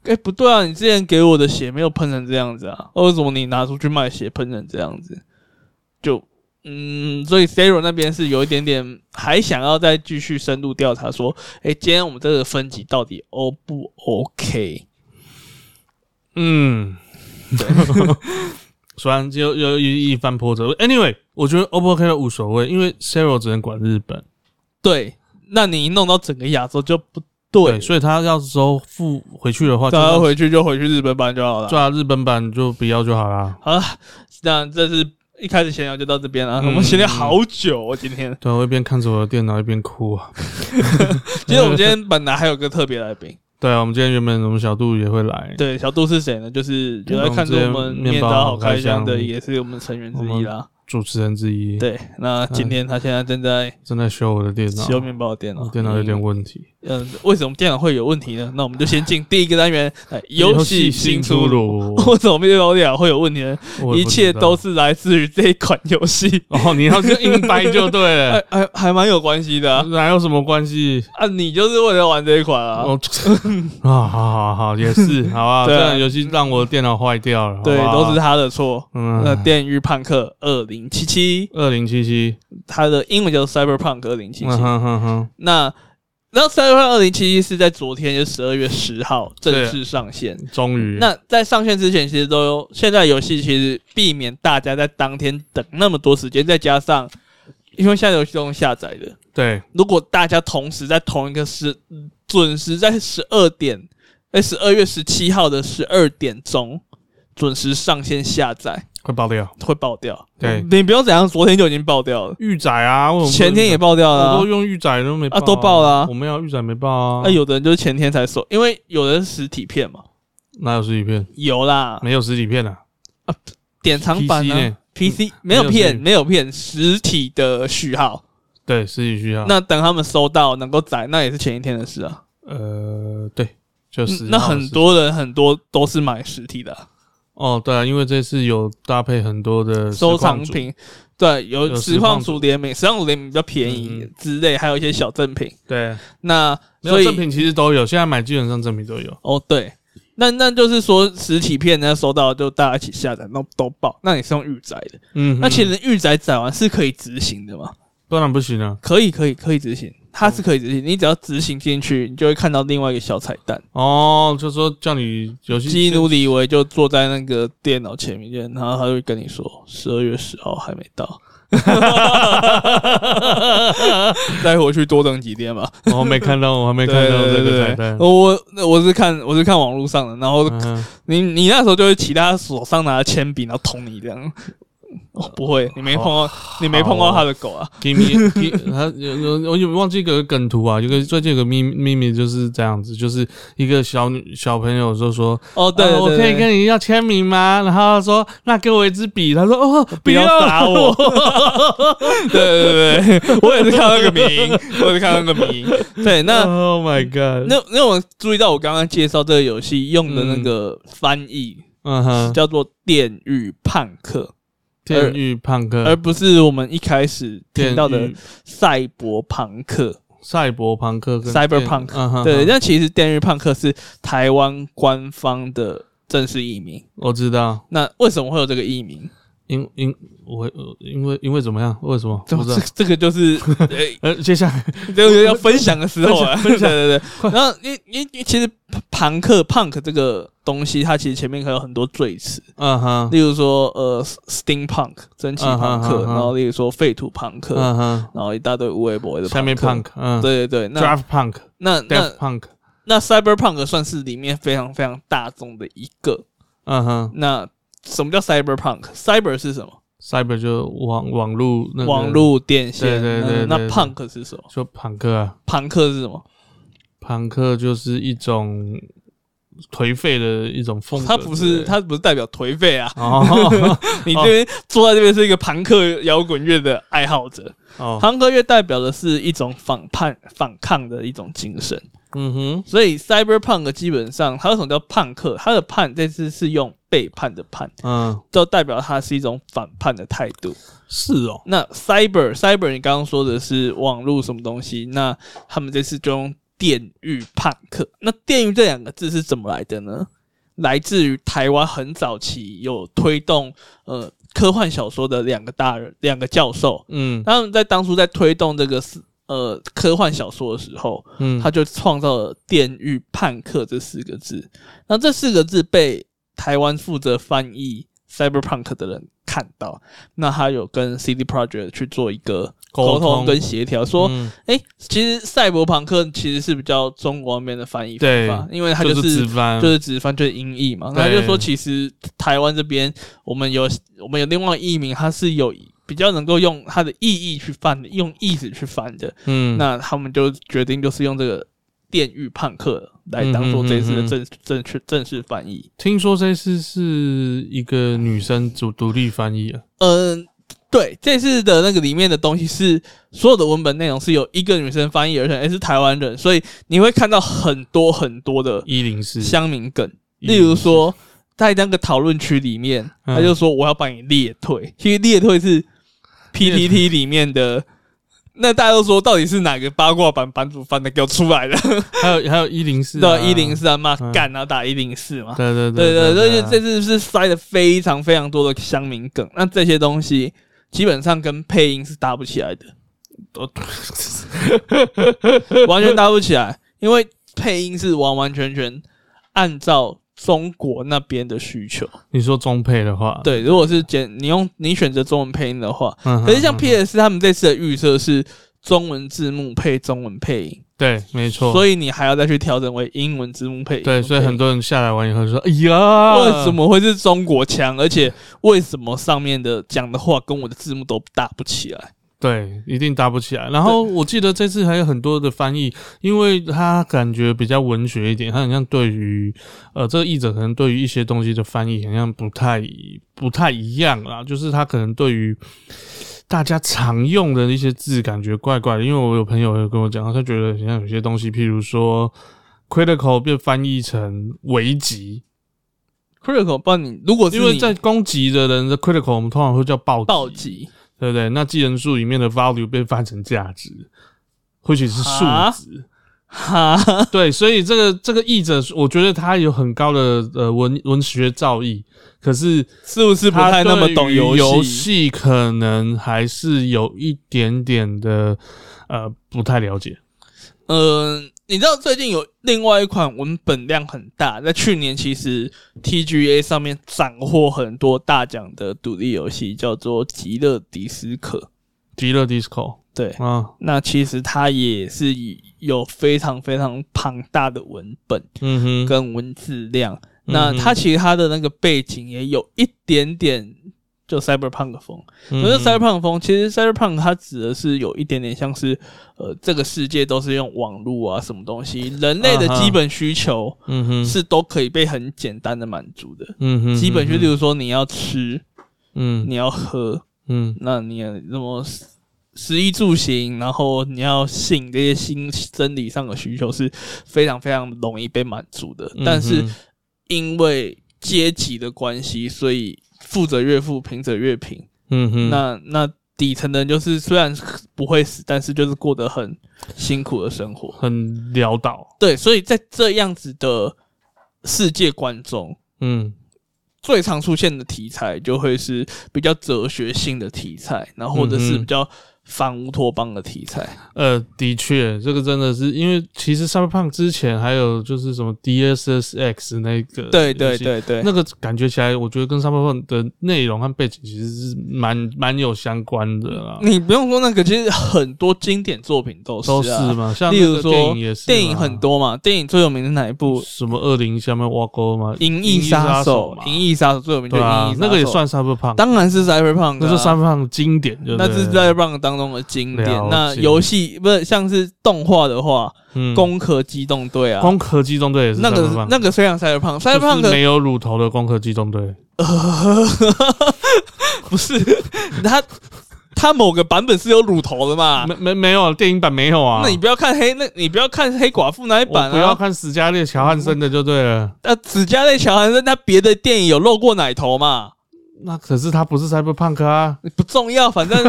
[SPEAKER 2] 哎、不对啊，你之前给我的血没有喷成这样子啊，为什么你拿出去卖血喷成这样子？就嗯，所以 Zero 那边是有一点点还想要再继续深入调查，说，哎、今天我们这个分级到底 O 不 OK？
[SPEAKER 1] 嗯，虽然就又又一番波折。Anyway，我觉得 O 不 OK 都无所谓，因为 Zero 只能管日本，
[SPEAKER 2] 对，那你弄到整个亚洲就不对了，
[SPEAKER 1] 所以他要时候付回去的话，就
[SPEAKER 2] 大家
[SPEAKER 1] 要
[SPEAKER 2] 回去就回去日本版就好了。
[SPEAKER 1] 抓日本版就不要就好啦。
[SPEAKER 2] 好了，那这是一开始闲聊就到这边了，
[SPEAKER 1] 嗯
[SPEAKER 2] 我们闲聊好久、哦，今天。
[SPEAKER 1] 对，我一边看着我的电脑一边哭啊。
[SPEAKER 2] 其实我们今天本来还有个特别来宾， [LAUGHS]
[SPEAKER 1] 对啊，我们今天原本我们小杜也会来，
[SPEAKER 2] 对，小杜是谁呢？就是有在看着我们面包好开箱的，也是我们成员之一啦。
[SPEAKER 1] 主持人之一，
[SPEAKER 2] 对，那今天他现在正在
[SPEAKER 1] 正在修我的电脑，
[SPEAKER 2] 修面包的哦电脑
[SPEAKER 1] 我，电脑有点问题。
[SPEAKER 2] 嗯，嗯为什么电脑会有问题呢？那我们就先进第一个单 [LAUGHS] 元，哎游戏新出炉。
[SPEAKER 1] 炉，
[SPEAKER 2] [LAUGHS] 为什么面包电脑会有问题呢？
[SPEAKER 1] 我也
[SPEAKER 2] 一
[SPEAKER 1] 不
[SPEAKER 2] 切
[SPEAKER 1] 知道
[SPEAKER 2] 都是来自于这一款游戏， [LAUGHS]
[SPEAKER 1] 哦，你要是硬掰就对了
[SPEAKER 2] 还，还还蛮有关系的哎啊。
[SPEAKER 1] 哪有什么关系？
[SPEAKER 2] 啊，你就是为了玩这一款啊？
[SPEAKER 1] 哦， [LAUGHS] 啊，好好好，也
[SPEAKER 2] [LAUGHS]
[SPEAKER 1] 是，好啊，
[SPEAKER 2] 对
[SPEAKER 1] 这
[SPEAKER 2] 啊
[SPEAKER 1] 样游戏让我的电脑坏掉了，
[SPEAKER 2] 对，都是
[SPEAKER 1] 是
[SPEAKER 2] 他的错。那《
[SPEAKER 1] 嗯，
[SPEAKER 2] 电狱判客二零七七》，
[SPEAKER 1] 二零七七，
[SPEAKER 2] 它的英文叫《Cyberpunk 二零七七
[SPEAKER 1] 嗯》。哼哼哼，
[SPEAKER 2] 那然后《Cyberpunk 二零七七》是在昨天，就是十二月十号正
[SPEAKER 1] 对
[SPEAKER 2] 式上线。
[SPEAKER 1] 终于，
[SPEAKER 2] 那在上线之前，其实都有现在游戏其实避免大家在当天等那么多时间，再加上因为现在游戏都用下载的，
[SPEAKER 1] 对，
[SPEAKER 2] 如果大家同时在同一个时准时在十二点，哎在十二月十七号的十二点钟准时上线下载，
[SPEAKER 1] 快爆掉。
[SPEAKER 2] 会爆掉。
[SPEAKER 1] 对
[SPEAKER 2] 你不用怎样，昨天就已经爆掉了，
[SPEAKER 1] 玉仔啊，为什么
[SPEAKER 2] 前天也爆掉了
[SPEAKER 1] 我
[SPEAKER 2] 啊、
[SPEAKER 1] 都用玉仔都没
[SPEAKER 2] 啊都爆了啊哎
[SPEAKER 1] 我们要玉仔没爆啊，
[SPEAKER 2] 那、有的人就是前天才收，因为有的是实体片嘛，
[SPEAKER 1] 哪有实体片？
[SPEAKER 2] 有啦，
[SPEAKER 1] 没有实体片啊，
[SPEAKER 2] 典藏版
[SPEAKER 1] PC
[SPEAKER 2] 呢
[SPEAKER 1] 呢嗯
[SPEAKER 2] ，PC 没有
[SPEAKER 1] 没有
[SPEAKER 2] 片，
[SPEAKER 1] 片
[SPEAKER 2] 没有片，实体的序号。
[SPEAKER 1] 对，实体啊需要。
[SPEAKER 2] 那等他们收到能够载，那也是前一天的事啊。
[SPEAKER 1] 呃，对，就是
[SPEAKER 2] 嗯那很多人很多都是买实体的啊、
[SPEAKER 1] 哦，对啊，因为这次有搭配很多的实
[SPEAKER 2] 收
[SPEAKER 1] 况
[SPEAKER 2] 藏
[SPEAKER 1] 组，
[SPEAKER 2] 品，对，有
[SPEAKER 1] 有
[SPEAKER 2] 实
[SPEAKER 1] 实
[SPEAKER 2] 况
[SPEAKER 1] 况
[SPEAKER 2] 组
[SPEAKER 1] 组
[SPEAKER 2] 联名，实况组联名比较便
[SPEAKER 1] 嗯
[SPEAKER 2] 宜
[SPEAKER 1] 嗯
[SPEAKER 2] 之类，还有一些小赠品。
[SPEAKER 1] 对，
[SPEAKER 2] 那
[SPEAKER 1] 没
[SPEAKER 2] 所
[SPEAKER 1] 有正
[SPEAKER 2] 以
[SPEAKER 1] 品其实都有，现在买基本上正品都有。
[SPEAKER 2] 哦，对，那那就是说实体片呢收到就大家一起下载，那都爆。那你是用预载的，
[SPEAKER 1] 嗯，
[SPEAKER 2] 那其实预载载完是可以执行的嘛？
[SPEAKER 1] 当然不行啊。
[SPEAKER 2] 可以，可以，可以执行，它是可以执行。你只要执行进去，你就会看到另外一个小彩蛋。
[SPEAKER 1] 哦，就说叫你游戏
[SPEAKER 2] 基努里维就坐在那个电脑前面，然后他就跟你说：“十二月十号还没到，再回去多等几天吧。
[SPEAKER 1] [LAUGHS] 我没看到，我还”没 [LAUGHS]
[SPEAKER 2] 对
[SPEAKER 1] 看到
[SPEAKER 2] 对
[SPEAKER 1] 这个
[SPEAKER 2] 对
[SPEAKER 1] 彩
[SPEAKER 2] 对
[SPEAKER 1] 蛋，。
[SPEAKER 2] 我我是看我是看网络上的，然后
[SPEAKER 1] 嗯
[SPEAKER 2] 你你那时候就会骑他手上拿的铅笔，然后捅你这样。哦，不会，你没碰到，你没碰到他的狗啊？
[SPEAKER 1] ，Give me，give- 他有有我有忘记一个梗图啊，有个最近有个秘秘密就是这样子，就是一个小女小朋友就说，
[SPEAKER 2] 哦，对
[SPEAKER 1] 呃
[SPEAKER 2] 对
[SPEAKER 1] 我
[SPEAKER 2] 对
[SPEAKER 1] 可以
[SPEAKER 2] 对
[SPEAKER 1] 跟你要签名吗？然后他说那给我一支笔，他说哦，
[SPEAKER 2] 不要打我， [LAUGHS] 对对对对，我也是看到那个名，
[SPEAKER 1] [LAUGHS]
[SPEAKER 2] 我也是看到那个名。对，那
[SPEAKER 1] Oh my god，
[SPEAKER 2] 那那我注意到我刚刚介绍这个游戏用的那个翻译、
[SPEAKER 1] 嗯
[SPEAKER 2] 是呃
[SPEAKER 1] 哼，
[SPEAKER 2] 叫做《电狱判客
[SPEAKER 1] 电狱胖》，哥，
[SPEAKER 2] 而不是我们一开始听到
[SPEAKER 1] 嗯电
[SPEAKER 2] 的
[SPEAKER 1] 狱
[SPEAKER 2] 赛博朋克。
[SPEAKER 1] 赛博朋克跟
[SPEAKER 2] Cyberpunk，
[SPEAKER 1] 电嗯哼，
[SPEAKER 2] 对，
[SPEAKER 1] 哼
[SPEAKER 2] 那其实《电狱判客》是台湾官方的正式译名。
[SPEAKER 1] 我知道，
[SPEAKER 2] 那为什么会有这个译名？
[SPEAKER 1] 因因我呃因为因为怎么样？为什么？
[SPEAKER 2] 这
[SPEAKER 1] 不知道
[SPEAKER 2] 这。这个
[SPEAKER 1] [LAUGHS]
[SPEAKER 2] 就是，呃，
[SPEAKER 1] 呃，接
[SPEAKER 2] [LAUGHS]
[SPEAKER 1] 下来
[SPEAKER 2] 这个要分享的时候啊，对 [LAUGHS] 对对。
[SPEAKER 1] 快
[SPEAKER 2] 然后因因因其实朋克 punk 这个东西，它其实前面还有很多赘词，
[SPEAKER 1] 嗯哼，
[SPEAKER 2] 例如说呃，steampunk 蒸汽朋克，
[SPEAKER 1] 嗯哼嗯哼
[SPEAKER 2] 然后例如说废土朋克，
[SPEAKER 1] 嗯哼，
[SPEAKER 2] 然后一大堆无微博的
[SPEAKER 1] 下面 punk，嗯
[SPEAKER 2] 对对对，那
[SPEAKER 1] ，draft punk，
[SPEAKER 2] 那
[SPEAKER 1] d e a
[SPEAKER 2] 那
[SPEAKER 1] t punk，
[SPEAKER 2] 那 cyberpunk 算是里面非常非常大众的一个。
[SPEAKER 1] 嗯哼
[SPEAKER 2] 那什么叫 cyberpunk？cyber 是什么？
[SPEAKER 1] ，cyber 就网网路那个
[SPEAKER 2] 网路电线。
[SPEAKER 1] 对对对对
[SPEAKER 2] 那
[SPEAKER 1] 对
[SPEAKER 2] 那 punk 是什么？
[SPEAKER 1] 说朋克啊，
[SPEAKER 2] 朋克是什么？
[SPEAKER 1] 朋克就是一种颓废的一种风格，
[SPEAKER 2] 它不是
[SPEAKER 1] 对
[SPEAKER 2] 它不是代表颓废啊！ [LAUGHS]
[SPEAKER 1] 哦
[SPEAKER 2] 你这边坐在这边是一个朋克摇滚乐的爱好者，
[SPEAKER 1] 哦，
[SPEAKER 2] 朋克乐代表的是一种反叛、反抗的一种精神。
[SPEAKER 1] 嗯哼，
[SPEAKER 2] 所以 cyberpunk 基本上它为什么叫叛客？它的叛这次是用背叛的叛，
[SPEAKER 1] 嗯，
[SPEAKER 2] 就代表它是一种反叛的态度。
[SPEAKER 1] 是哦，
[SPEAKER 2] 那 cyber cyber 你刚刚说的是网络什么东西？那他们这次就用电狱叛客。那电狱这两个字是怎么来的呢？来自于台湾很早期有推动呃科幻小说的两个大人两个教授，
[SPEAKER 1] 嗯
[SPEAKER 2] 他们在当初在推动这个思呃科幻小说的时候，
[SPEAKER 1] 嗯，
[SPEAKER 2] 他就创造了“电狱判客”这四个字。那这四个字被台湾负责翻译 cyberpunk 的人看到，那他有跟 CD Project 去做一个沟
[SPEAKER 1] 沟
[SPEAKER 2] 通
[SPEAKER 1] 通
[SPEAKER 2] 跟协调，说
[SPEAKER 1] 嗯：“
[SPEAKER 2] 哎、其实赛博朋克其实是比较中国那边的翻译方法，因为它
[SPEAKER 1] 就是直翻，
[SPEAKER 2] 就是直翻就是音译嘛。
[SPEAKER 1] 对
[SPEAKER 2] 那就说其实台湾这边我们有我们有另外译名，它是有比较能够用它的意义去翻的，用意思去翻的。
[SPEAKER 1] 嗯，
[SPEAKER 2] 那他们就决定就是用这个电狱判客来当做这次的正正式正式翻译。
[SPEAKER 1] 听说这次是一个女生主独立翻译啊，
[SPEAKER 2] 嗯、对，这次的那个里面的东西是所有的文本内容是由一个女生翻译，而且也是台湾人，所以你会看到很多很多的
[SPEAKER 1] 一零四，
[SPEAKER 2] 乡民梗，
[SPEAKER 1] 一
[SPEAKER 2] 例如说。在那个讨论区里面，
[SPEAKER 1] 嗯
[SPEAKER 2] 他就说我要把你列退，其实列退是 PPT 里面的，那大家都说到底是哪个八卦版版主翻的给我出来的？
[SPEAKER 1] 还有还有一零四，
[SPEAKER 2] 对，一零四啊，骂
[SPEAKER 1] 嗯
[SPEAKER 2] 干，然后打一零四嘛。
[SPEAKER 1] 对对
[SPEAKER 2] 对对
[SPEAKER 1] 对啊
[SPEAKER 2] 对，就这次是塞了非常非常多的乡民梗，那这些东西基本上跟配音是搭不起来的，
[SPEAKER 1] [LAUGHS]
[SPEAKER 2] 完全搭不起来，因为配音是完完全全按照中国那边的需求。
[SPEAKER 1] 你说中配的话，
[SPEAKER 2] 对，如果是简你用你选择中文配音的话，
[SPEAKER 1] 嗯哼，
[SPEAKER 2] 可是像
[SPEAKER 1] 嗯
[SPEAKER 2] PS 他们这次的预设是中文字幕配中文配音，
[SPEAKER 1] 对，没错。以
[SPEAKER 2] 所以你还要再去调整为英文字幕配音。
[SPEAKER 1] 对，所以很
[SPEAKER 2] 多
[SPEAKER 1] 多人下来玩以后就说：“哎呀，
[SPEAKER 2] 为什么会是中国腔？而且为什么上面的讲的话跟我的字幕都搭不起来？
[SPEAKER 1] 对，一定搭不起来。然后我记得这次还有很多的翻译，因为他感觉比较文学一点，他好像对于呃这个译者可能对于一些东西的翻译好像不太不太一样啦，就是他可能对于大家常用的一些字感觉怪怪的。因为我有朋友有跟我讲，他觉得好像有些东西，譬如说 critical 被翻译成危急，
[SPEAKER 2] critical 帮你，如果是
[SPEAKER 1] 因为
[SPEAKER 2] 你
[SPEAKER 1] 在攻击的人的 critical 我们通常会叫暴
[SPEAKER 2] 暴击
[SPEAKER 1] 对不对？那技能树里面的 value 被翻成价值，或许是数
[SPEAKER 2] 啊
[SPEAKER 1] 值。
[SPEAKER 2] [LAUGHS] 哈，
[SPEAKER 1] 对，所以这个这个译者，我觉得他有很高的呃文文学造诣，可是
[SPEAKER 2] 是不是不太那么懂
[SPEAKER 1] 游
[SPEAKER 2] 游戏？
[SPEAKER 1] 戏，可能还是有一点点的呃不太了解。
[SPEAKER 2] 嗯、你知道最近有另外一款文本量很大，在去年其实 TGA 上面斩获很多大奖的独立游戏，叫做《极乐迪斯科》。
[SPEAKER 1] 极乐 disco
[SPEAKER 2] 对，
[SPEAKER 1] 啊，
[SPEAKER 2] 那其实它也是以有非常非常庞大的文本
[SPEAKER 1] 嗯哼，
[SPEAKER 2] 跟文字量。
[SPEAKER 1] 嗯
[SPEAKER 2] 那它其实它的那个背景也有一点点就 cyberpunk 风，
[SPEAKER 1] 嗯
[SPEAKER 2] 可是
[SPEAKER 1] 哼
[SPEAKER 2] cyberpunk 风，其实 cyberpunk 它指的是有一点点像是，呃，这个世界都是用网络啊什么东西，人类的
[SPEAKER 1] 啊哈
[SPEAKER 2] 基本需求
[SPEAKER 1] 嗯哼，
[SPEAKER 2] 是都可以被很简单的满足的。
[SPEAKER 1] 嗯哼，
[SPEAKER 2] 基
[SPEAKER 1] 嗯
[SPEAKER 2] 本就
[SPEAKER 1] 哼
[SPEAKER 2] 例如说你要吃，
[SPEAKER 1] 嗯
[SPEAKER 2] 你要喝，
[SPEAKER 1] 嗯
[SPEAKER 2] 那你也什么食食衣住行，然后你要性这些心生理上的需求是非常非常容易被满足的。
[SPEAKER 1] 嗯
[SPEAKER 2] 但是
[SPEAKER 1] 哼
[SPEAKER 2] 因为阶级的关系，所以富者越富，贫者越贫。
[SPEAKER 1] 嗯哼，
[SPEAKER 2] 那那底层的人就是虽然不会死，但是就是过得很辛苦的生活。
[SPEAKER 1] 很潦倒，
[SPEAKER 2] 对，所以在这样子的世界观中，
[SPEAKER 1] 嗯
[SPEAKER 2] 最常出现的题材就会是比较哲学性的题材，然后或者
[SPEAKER 1] 嗯
[SPEAKER 2] 是
[SPEAKER 1] 哼
[SPEAKER 2] 比较反乌托邦的题材。
[SPEAKER 1] 呃，的确，这个真的是因为其实 Cyberpunk 之前还有就是什么 DSSX 那个，
[SPEAKER 2] 对对，对对，
[SPEAKER 1] 那个感觉起来，我觉得跟 Cyberpunk 的内容和背景其实是蛮蛮有相关的啦，
[SPEAKER 2] 你不用说那个，其实很多经典作品都是、啊、
[SPEAKER 1] 都是嘛，像
[SPEAKER 2] 例
[SPEAKER 1] 那
[SPEAKER 2] 如
[SPEAKER 1] 个
[SPEAKER 2] 说
[SPEAKER 1] 电影也是嘛，
[SPEAKER 2] 电影很多嘛，电影最有名的哪一部？
[SPEAKER 1] 什么恶灵下面挖沟嘛，
[SPEAKER 2] 《银翼
[SPEAKER 1] 翼
[SPEAKER 2] 杀手
[SPEAKER 1] 手》，嘛
[SPEAKER 2] 《银翼杀手》最有名就
[SPEAKER 1] 对
[SPEAKER 2] 是《
[SPEAKER 1] 啊
[SPEAKER 2] 银翼杀手》，
[SPEAKER 1] 那个也，算 Cyberpunk，、
[SPEAKER 2] 当然是 Cyberpunk，、啊、
[SPEAKER 1] 那是 Cyberpunk 经典，对不
[SPEAKER 2] 那
[SPEAKER 1] 对啊
[SPEAKER 2] 这是在 Run 当中的经典。
[SPEAKER 1] 了解
[SPEAKER 2] 那游戏不是像是动画的话，
[SPEAKER 1] 嗯
[SPEAKER 2] 攻壳机动队》啊
[SPEAKER 1] 《攻壳机动队》也是
[SPEAKER 2] 那个
[SPEAKER 1] Cyberpunk
[SPEAKER 2] 那个非常
[SPEAKER 1] 就
[SPEAKER 2] Cyberpunk
[SPEAKER 1] 是
[SPEAKER 2] Cyberpunk
[SPEAKER 1] 没有乳头的《攻壳机动队》，
[SPEAKER 2] 不是 [LAUGHS] 它它某个版本是有乳头的嘛？
[SPEAKER 1] 没没没有啊电影版没有啊，
[SPEAKER 2] 那你不要看黑，那你不要看黑寡妇那一版
[SPEAKER 1] 我不要
[SPEAKER 2] 啊。
[SPEAKER 1] 看史嘉丽·乔汉森的就对了。
[SPEAKER 2] 那指甲类乔韩森他别的电影有露过奶头嘛？
[SPEAKER 1] 那可是他不是 Cyberpunk 啊，
[SPEAKER 2] 不重要，
[SPEAKER 1] [LAUGHS]
[SPEAKER 2] 反正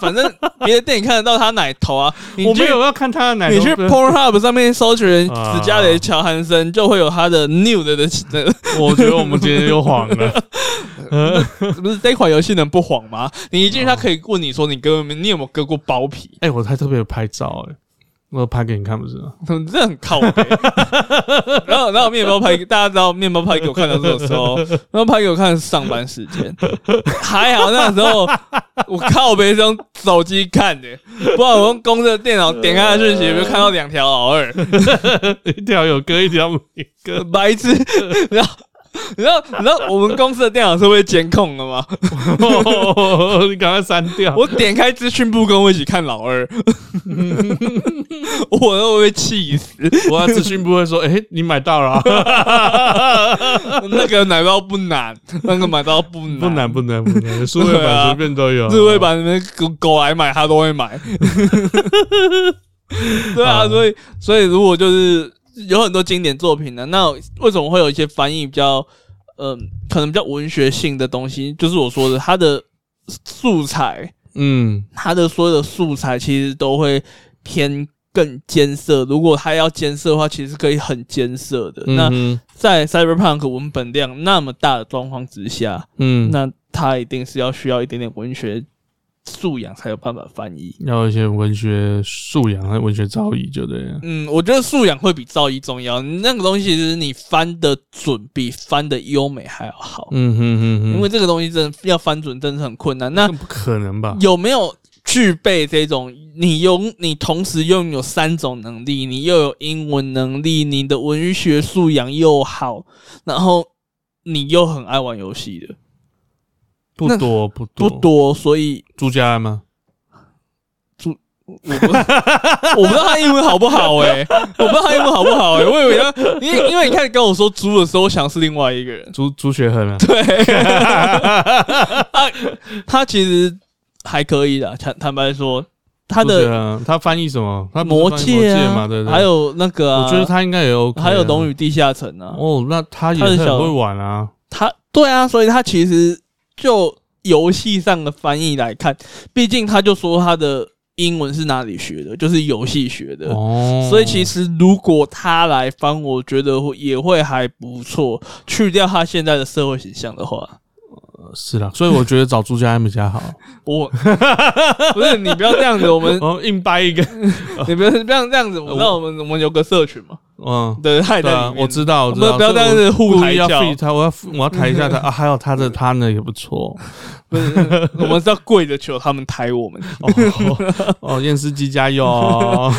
[SPEAKER 2] 反正别的电影看得到他奶头啊。你
[SPEAKER 1] 我
[SPEAKER 2] 去
[SPEAKER 1] 没有要看他的奶头。
[SPEAKER 2] 你去
[SPEAKER 1] 不是
[SPEAKER 2] Pornhub 上面搜寻
[SPEAKER 1] 啊
[SPEAKER 2] 指甲雷乔韩森，就会有他的 nude 的的
[SPEAKER 1] 我觉得我们今天又黄了。 [LAUGHS]
[SPEAKER 2] 不是这款游戏能不黄吗？你一进去，他可以问你说你割没，你有没有割过包皮？
[SPEAKER 1] 哎、我还特别拍照哎、我拍给你看不是吗？ [LAUGHS]
[SPEAKER 2] 真的很靠北。 [LAUGHS] 然后，然后面包拍，大家知道面包拍给我看到这种时候，面包拍给我看是上班时间，还好那时候我靠北是用手机看的，不然我用公司的电脑点开讯息，就看到两条老二，
[SPEAKER 1] 一条有歌，一条没歌。 [LAUGHS]
[SPEAKER 2] [LAUGHS] 白痴。然后，然后，然后我们公司的电脑是会监控的吗？
[SPEAKER 1] 你赶快删掉。
[SPEAKER 2] 我点开资讯部跟我一起看
[SPEAKER 1] [LAUGHS]
[SPEAKER 2] 老二，我都会被气死。
[SPEAKER 1] 我要资讯部会说，哎、你买到了、啊，
[SPEAKER 2] 那个奶包不难，那个买到 [LAUGHS] 不难，
[SPEAKER 1] 不难不难不难，数位
[SPEAKER 2] 对
[SPEAKER 1] 版
[SPEAKER 2] 啊
[SPEAKER 1] 随便都有。
[SPEAKER 2] 日会版里面狗狗来买，他都会买。 [LAUGHS] 对啊，
[SPEAKER 1] 嗯
[SPEAKER 2] 所以所以如果就是有很多经典作品呢，那为什么会有一些翻译比较，嗯、可能比较文学性的东西？就是我说的，它的素材，
[SPEAKER 1] 嗯
[SPEAKER 2] 它的所有的素材其实都会偏更艰涩。如果它要艰涩的话，其实可以很艰涩的。那
[SPEAKER 1] 嗯
[SPEAKER 2] 在 Cyberpunk 文本量那么大的状况之下，
[SPEAKER 1] 嗯，
[SPEAKER 2] 那它一定是要需要一点点文学素养才有办法翻译。
[SPEAKER 1] 要有一些文学素养和文学造诣，就对了。
[SPEAKER 2] 嗯，我觉得素养会比造诣重要。那个东西其实你翻的准比翻的优美还要好，
[SPEAKER 1] 嗯哼哼哼，
[SPEAKER 2] 因为这个东西真的要翻准真的是很困难。那
[SPEAKER 1] 更不可能吧？
[SPEAKER 2] 有没有具备这种你拥你同时拥有三种能力，你又有英文能力，你的文学素养又好，然后你又很爱玩游戏的
[SPEAKER 1] 不
[SPEAKER 2] 那
[SPEAKER 1] 多不多
[SPEAKER 2] 不多，所以
[SPEAKER 1] 住家人吗？
[SPEAKER 2] 我
[SPEAKER 1] [LAUGHS]
[SPEAKER 2] 不我不知道他英文好不好哎、我不知道他英文好不好哎、我以为他，因为因为你开始跟我说猪的时候，我想是另外一
[SPEAKER 1] [LAUGHS]
[SPEAKER 2] 个人。
[SPEAKER 1] 朱朱学恒啊，
[SPEAKER 2] [LAUGHS] 对，他啊他其实还可以的，坦坦白说，他
[SPEAKER 1] 朱学
[SPEAKER 2] 的
[SPEAKER 1] 恒他翻译什么？啊他不
[SPEAKER 2] 魔
[SPEAKER 1] 是翻译魔
[SPEAKER 2] 戒
[SPEAKER 1] 戒
[SPEAKER 2] 啊，
[SPEAKER 1] 嘛，对不对？
[SPEAKER 2] 还，有那个、啊，
[SPEAKER 1] 我觉得他应该也 OK，
[SPEAKER 2] 还有《龙
[SPEAKER 1] 宇
[SPEAKER 2] 与地下城》啊，
[SPEAKER 1] 哦，那他也
[SPEAKER 2] 他很
[SPEAKER 1] 是很
[SPEAKER 2] 小
[SPEAKER 1] 会玩啊，
[SPEAKER 2] 他对啊，所以他其实就游戏上的翻译来看，毕竟他就说他的英文是哪里学的，就是游戏学的。
[SPEAKER 1] 哦，
[SPEAKER 2] 所以其实如果他来翻，我觉得会也会还不错。去掉他现在的社会形象的话，
[SPEAKER 1] 是啦，所以我觉得找朱家人比
[SPEAKER 2] [LAUGHS]
[SPEAKER 1] 较好。 [LAUGHS]
[SPEAKER 2] 我不是你不要这样子，我们
[SPEAKER 1] 哦，硬掰
[SPEAKER 2] [LAUGHS]
[SPEAKER 1] 一个，
[SPEAKER 2] 你不要这样这样子，我那我们我们有个社群嘛，
[SPEAKER 1] 嗯，
[SPEAKER 2] 对，害
[SPEAKER 1] 对啊
[SPEAKER 2] 的，
[SPEAKER 1] 我知道，我知道，
[SPEAKER 2] 不要不要
[SPEAKER 1] 所以我
[SPEAKER 2] 这样子互
[SPEAKER 1] 故
[SPEAKER 2] 抬
[SPEAKER 1] 意要
[SPEAKER 2] 轿
[SPEAKER 1] feed 他，我要我要抬一
[SPEAKER 2] [LAUGHS]
[SPEAKER 1] 下他啊，还有他的他呢也不错。
[SPEAKER 2] 不是，我们是要跪着求他们抬我们。
[SPEAKER 1] 哦 [LAUGHS] 哦哦，验尸机加
[SPEAKER 2] [LAUGHS]
[SPEAKER 1] 油哦！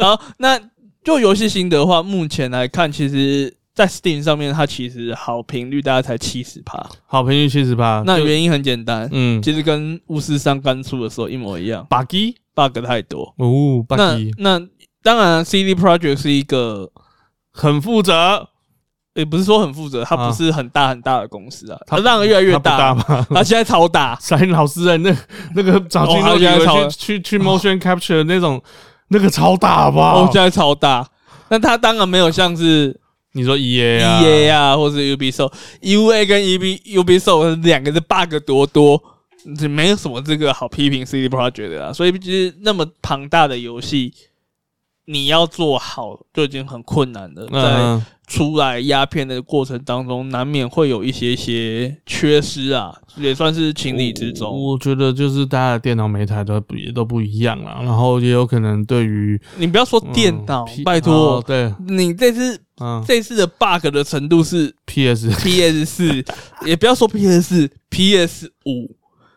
[SPEAKER 2] 好，那就游戏心得的话，目前来看，其实。在 Steam 上面，它其实好评率大概才七十趴。
[SPEAKER 1] 好评率七十八，
[SPEAKER 2] 那原因很简单，
[SPEAKER 1] 嗯
[SPEAKER 2] 其实跟巫师三刚出的时候一模一样
[SPEAKER 1] ，buggy
[SPEAKER 2] ，bug 太多。
[SPEAKER 1] 哦
[SPEAKER 2] 那
[SPEAKER 1] ，buggy
[SPEAKER 2] 那当然，CD Project 是一个，
[SPEAKER 1] 很负责，
[SPEAKER 2] 也不是说很负责，它
[SPEAKER 1] 啊
[SPEAKER 2] 不是很大很大的公司啊，它
[SPEAKER 1] 它
[SPEAKER 2] 让越来越
[SPEAKER 1] 他不大吗？。
[SPEAKER 2] 它现在超大
[SPEAKER 1] 闪老师人那 [LAUGHS] 那个找金
[SPEAKER 2] 哦他
[SPEAKER 1] 都以
[SPEAKER 2] 现在超
[SPEAKER 1] 为去去去 motion capture 那种那个超大吧
[SPEAKER 2] 哦，？现在超大，那它当然没有像是
[SPEAKER 1] 你说 E A 啊
[SPEAKER 2] EA 啊，或是 Ubisoft，UA 跟 UB Ubisoft 两个是 bug 多多，这没有什么这个好批评 CD Projekt 的啊。所以其实那么庞大的游戏，你要做好就已经很困难了，在
[SPEAKER 1] 嗯，
[SPEAKER 2] 出来鸦片的过程当中，难免会有一些些缺失啊，也算是情理之中。
[SPEAKER 1] 我我觉得就是大家的电脑每一台都不也都不一样啦，然后也有可能对于
[SPEAKER 2] 你不要说
[SPEAKER 1] 嗯
[SPEAKER 2] 电脑，
[SPEAKER 1] P-
[SPEAKER 2] 拜
[SPEAKER 1] 哦
[SPEAKER 2] 托，
[SPEAKER 1] 对，
[SPEAKER 2] 你这次
[SPEAKER 1] 嗯
[SPEAKER 2] 这次的 bug 的程度是
[SPEAKER 1] ，PS
[SPEAKER 2] PS 四， [LAUGHS] 也不要说 PS 四，PS 五。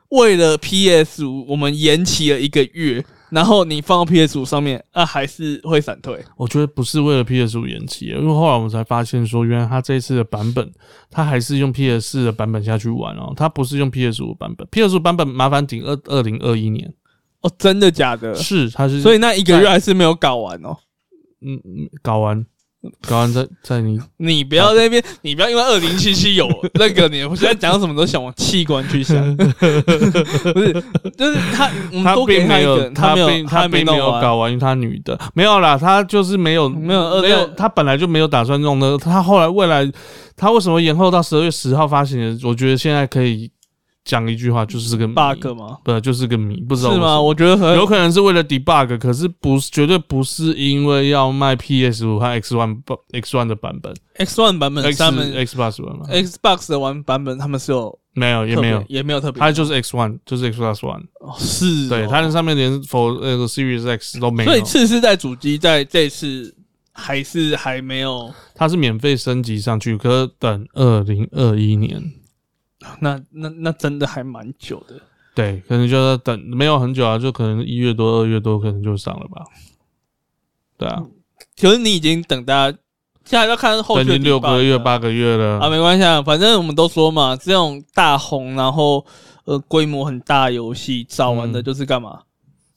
[SPEAKER 2] 为了 PS 五，我们延期了一个月，然后你放到 PS 五上面，啊，还是会闪退。
[SPEAKER 1] 我觉得不是为了 PS 五延期，因为后来我们才发现说，原来它这一次的版本，它还是用 PS 四的版本下去玩哦，它不是用 PS 五版本。PS 五版本麻烦顶二二零二一年，
[SPEAKER 2] 哦，真的假的？
[SPEAKER 1] 是它是
[SPEAKER 2] 所以那一个月还是没有搞完哦。
[SPEAKER 1] 嗯嗯搞完搞完再再你
[SPEAKER 2] 你不要在那边，你不要因为二零七七
[SPEAKER 1] [LAUGHS]
[SPEAKER 2] 有那个你，我现在讲什么都想往器官去想，不是，就是他，我们
[SPEAKER 1] 他
[SPEAKER 2] 多给
[SPEAKER 1] 并
[SPEAKER 2] 他
[SPEAKER 1] 没
[SPEAKER 2] 一
[SPEAKER 1] 有
[SPEAKER 2] 个，
[SPEAKER 1] 他
[SPEAKER 2] 没
[SPEAKER 1] 并
[SPEAKER 2] 有，
[SPEAKER 1] 他
[SPEAKER 2] 他
[SPEAKER 1] 并
[SPEAKER 2] 弄
[SPEAKER 1] 没有
[SPEAKER 2] 完，
[SPEAKER 1] 搞完，因为他女的没有啦，他就是没有
[SPEAKER 2] 没有二
[SPEAKER 1] 没有
[SPEAKER 2] 六，
[SPEAKER 1] 他本来就没有打算弄的，他后来未来他为什么延后到十二月十号发行的？我觉得现在可以讲一句话，就是个谜
[SPEAKER 2] bug 吗？
[SPEAKER 1] 不就是个谜，不知道
[SPEAKER 2] 是
[SPEAKER 1] 为什
[SPEAKER 2] 吗？
[SPEAKER 1] 么
[SPEAKER 2] 我觉得很
[SPEAKER 1] 有可能是为了 debug，可是不是绝对不是因为要卖 PS 五和 X One X One 的版本
[SPEAKER 2] X One 版本，
[SPEAKER 1] ，X
[SPEAKER 2] 嗯他们
[SPEAKER 1] Xbox 版本
[SPEAKER 2] Xbox 的玩版本，他们是有
[SPEAKER 1] 没有也
[SPEAKER 2] 特别
[SPEAKER 1] 没有，
[SPEAKER 2] 也没有特别，
[SPEAKER 1] 它就是 X One，就是 Xbox One，
[SPEAKER 2] 哦是
[SPEAKER 1] 对，
[SPEAKER 2] 哦
[SPEAKER 1] 它那上面连 For 那个 Series X 都没
[SPEAKER 2] 所以
[SPEAKER 1] 有，
[SPEAKER 2] 次世代主机在这次还是还没有，
[SPEAKER 1] 它是免费升级上去，可是等二零二一年，
[SPEAKER 2] 那那那真的还蛮久的。
[SPEAKER 1] 对，可能就要等没有很久啊，就可能一月多、二月多可能就上了吧，对啊，
[SPEAKER 2] 可是你已经等大家，现在要看后
[SPEAKER 1] 等
[SPEAKER 2] 续的
[SPEAKER 1] 你六个
[SPEAKER 2] debug
[SPEAKER 1] 月、
[SPEAKER 2] 了
[SPEAKER 1] 八个月了
[SPEAKER 2] 啊，没关系啊，反正我们都说嘛，这种大红然后呃规模很大的游戏，早玩的就是干嘛？
[SPEAKER 1] 嗯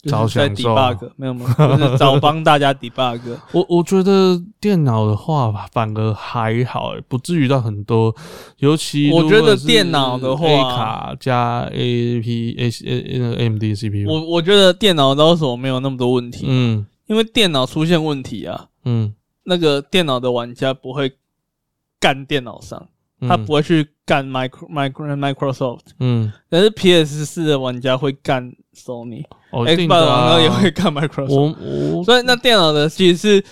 [SPEAKER 1] 早
[SPEAKER 2] 就是在
[SPEAKER 1] 享受啊
[SPEAKER 2] debug 没有吗？就是早帮大家 debug。
[SPEAKER 1] [LAUGHS] 我我觉得电脑的话吧，反而还好、欸，不至于到很多。尤其
[SPEAKER 2] 我
[SPEAKER 1] 如
[SPEAKER 2] 觉
[SPEAKER 1] 果
[SPEAKER 2] 得
[SPEAKER 1] 是
[SPEAKER 2] 电脑的话
[SPEAKER 1] A 卡加 A P A A 那个 M D C P U，
[SPEAKER 2] 我我觉得电脑到手没有那么多问题，
[SPEAKER 1] 嗯
[SPEAKER 2] 因为电脑出现问题啊，
[SPEAKER 1] 嗯，
[SPEAKER 2] 那个电脑的玩家不会干电脑上，他
[SPEAKER 1] 嗯
[SPEAKER 2] 不会去干 micro micro Microsoft，
[SPEAKER 1] 嗯
[SPEAKER 2] 但是 PS 四的玩家会干 Sony，Xbox
[SPEAKER 1] 哦，一定的
[SPEAKER 2] 玩
[SPEAKER 1] 啊
[SPEAKER 2] 家也会干 Microsoft。
[SPEAKER 1] 我我
[SPEAKER 2] 所以那电脑的其实是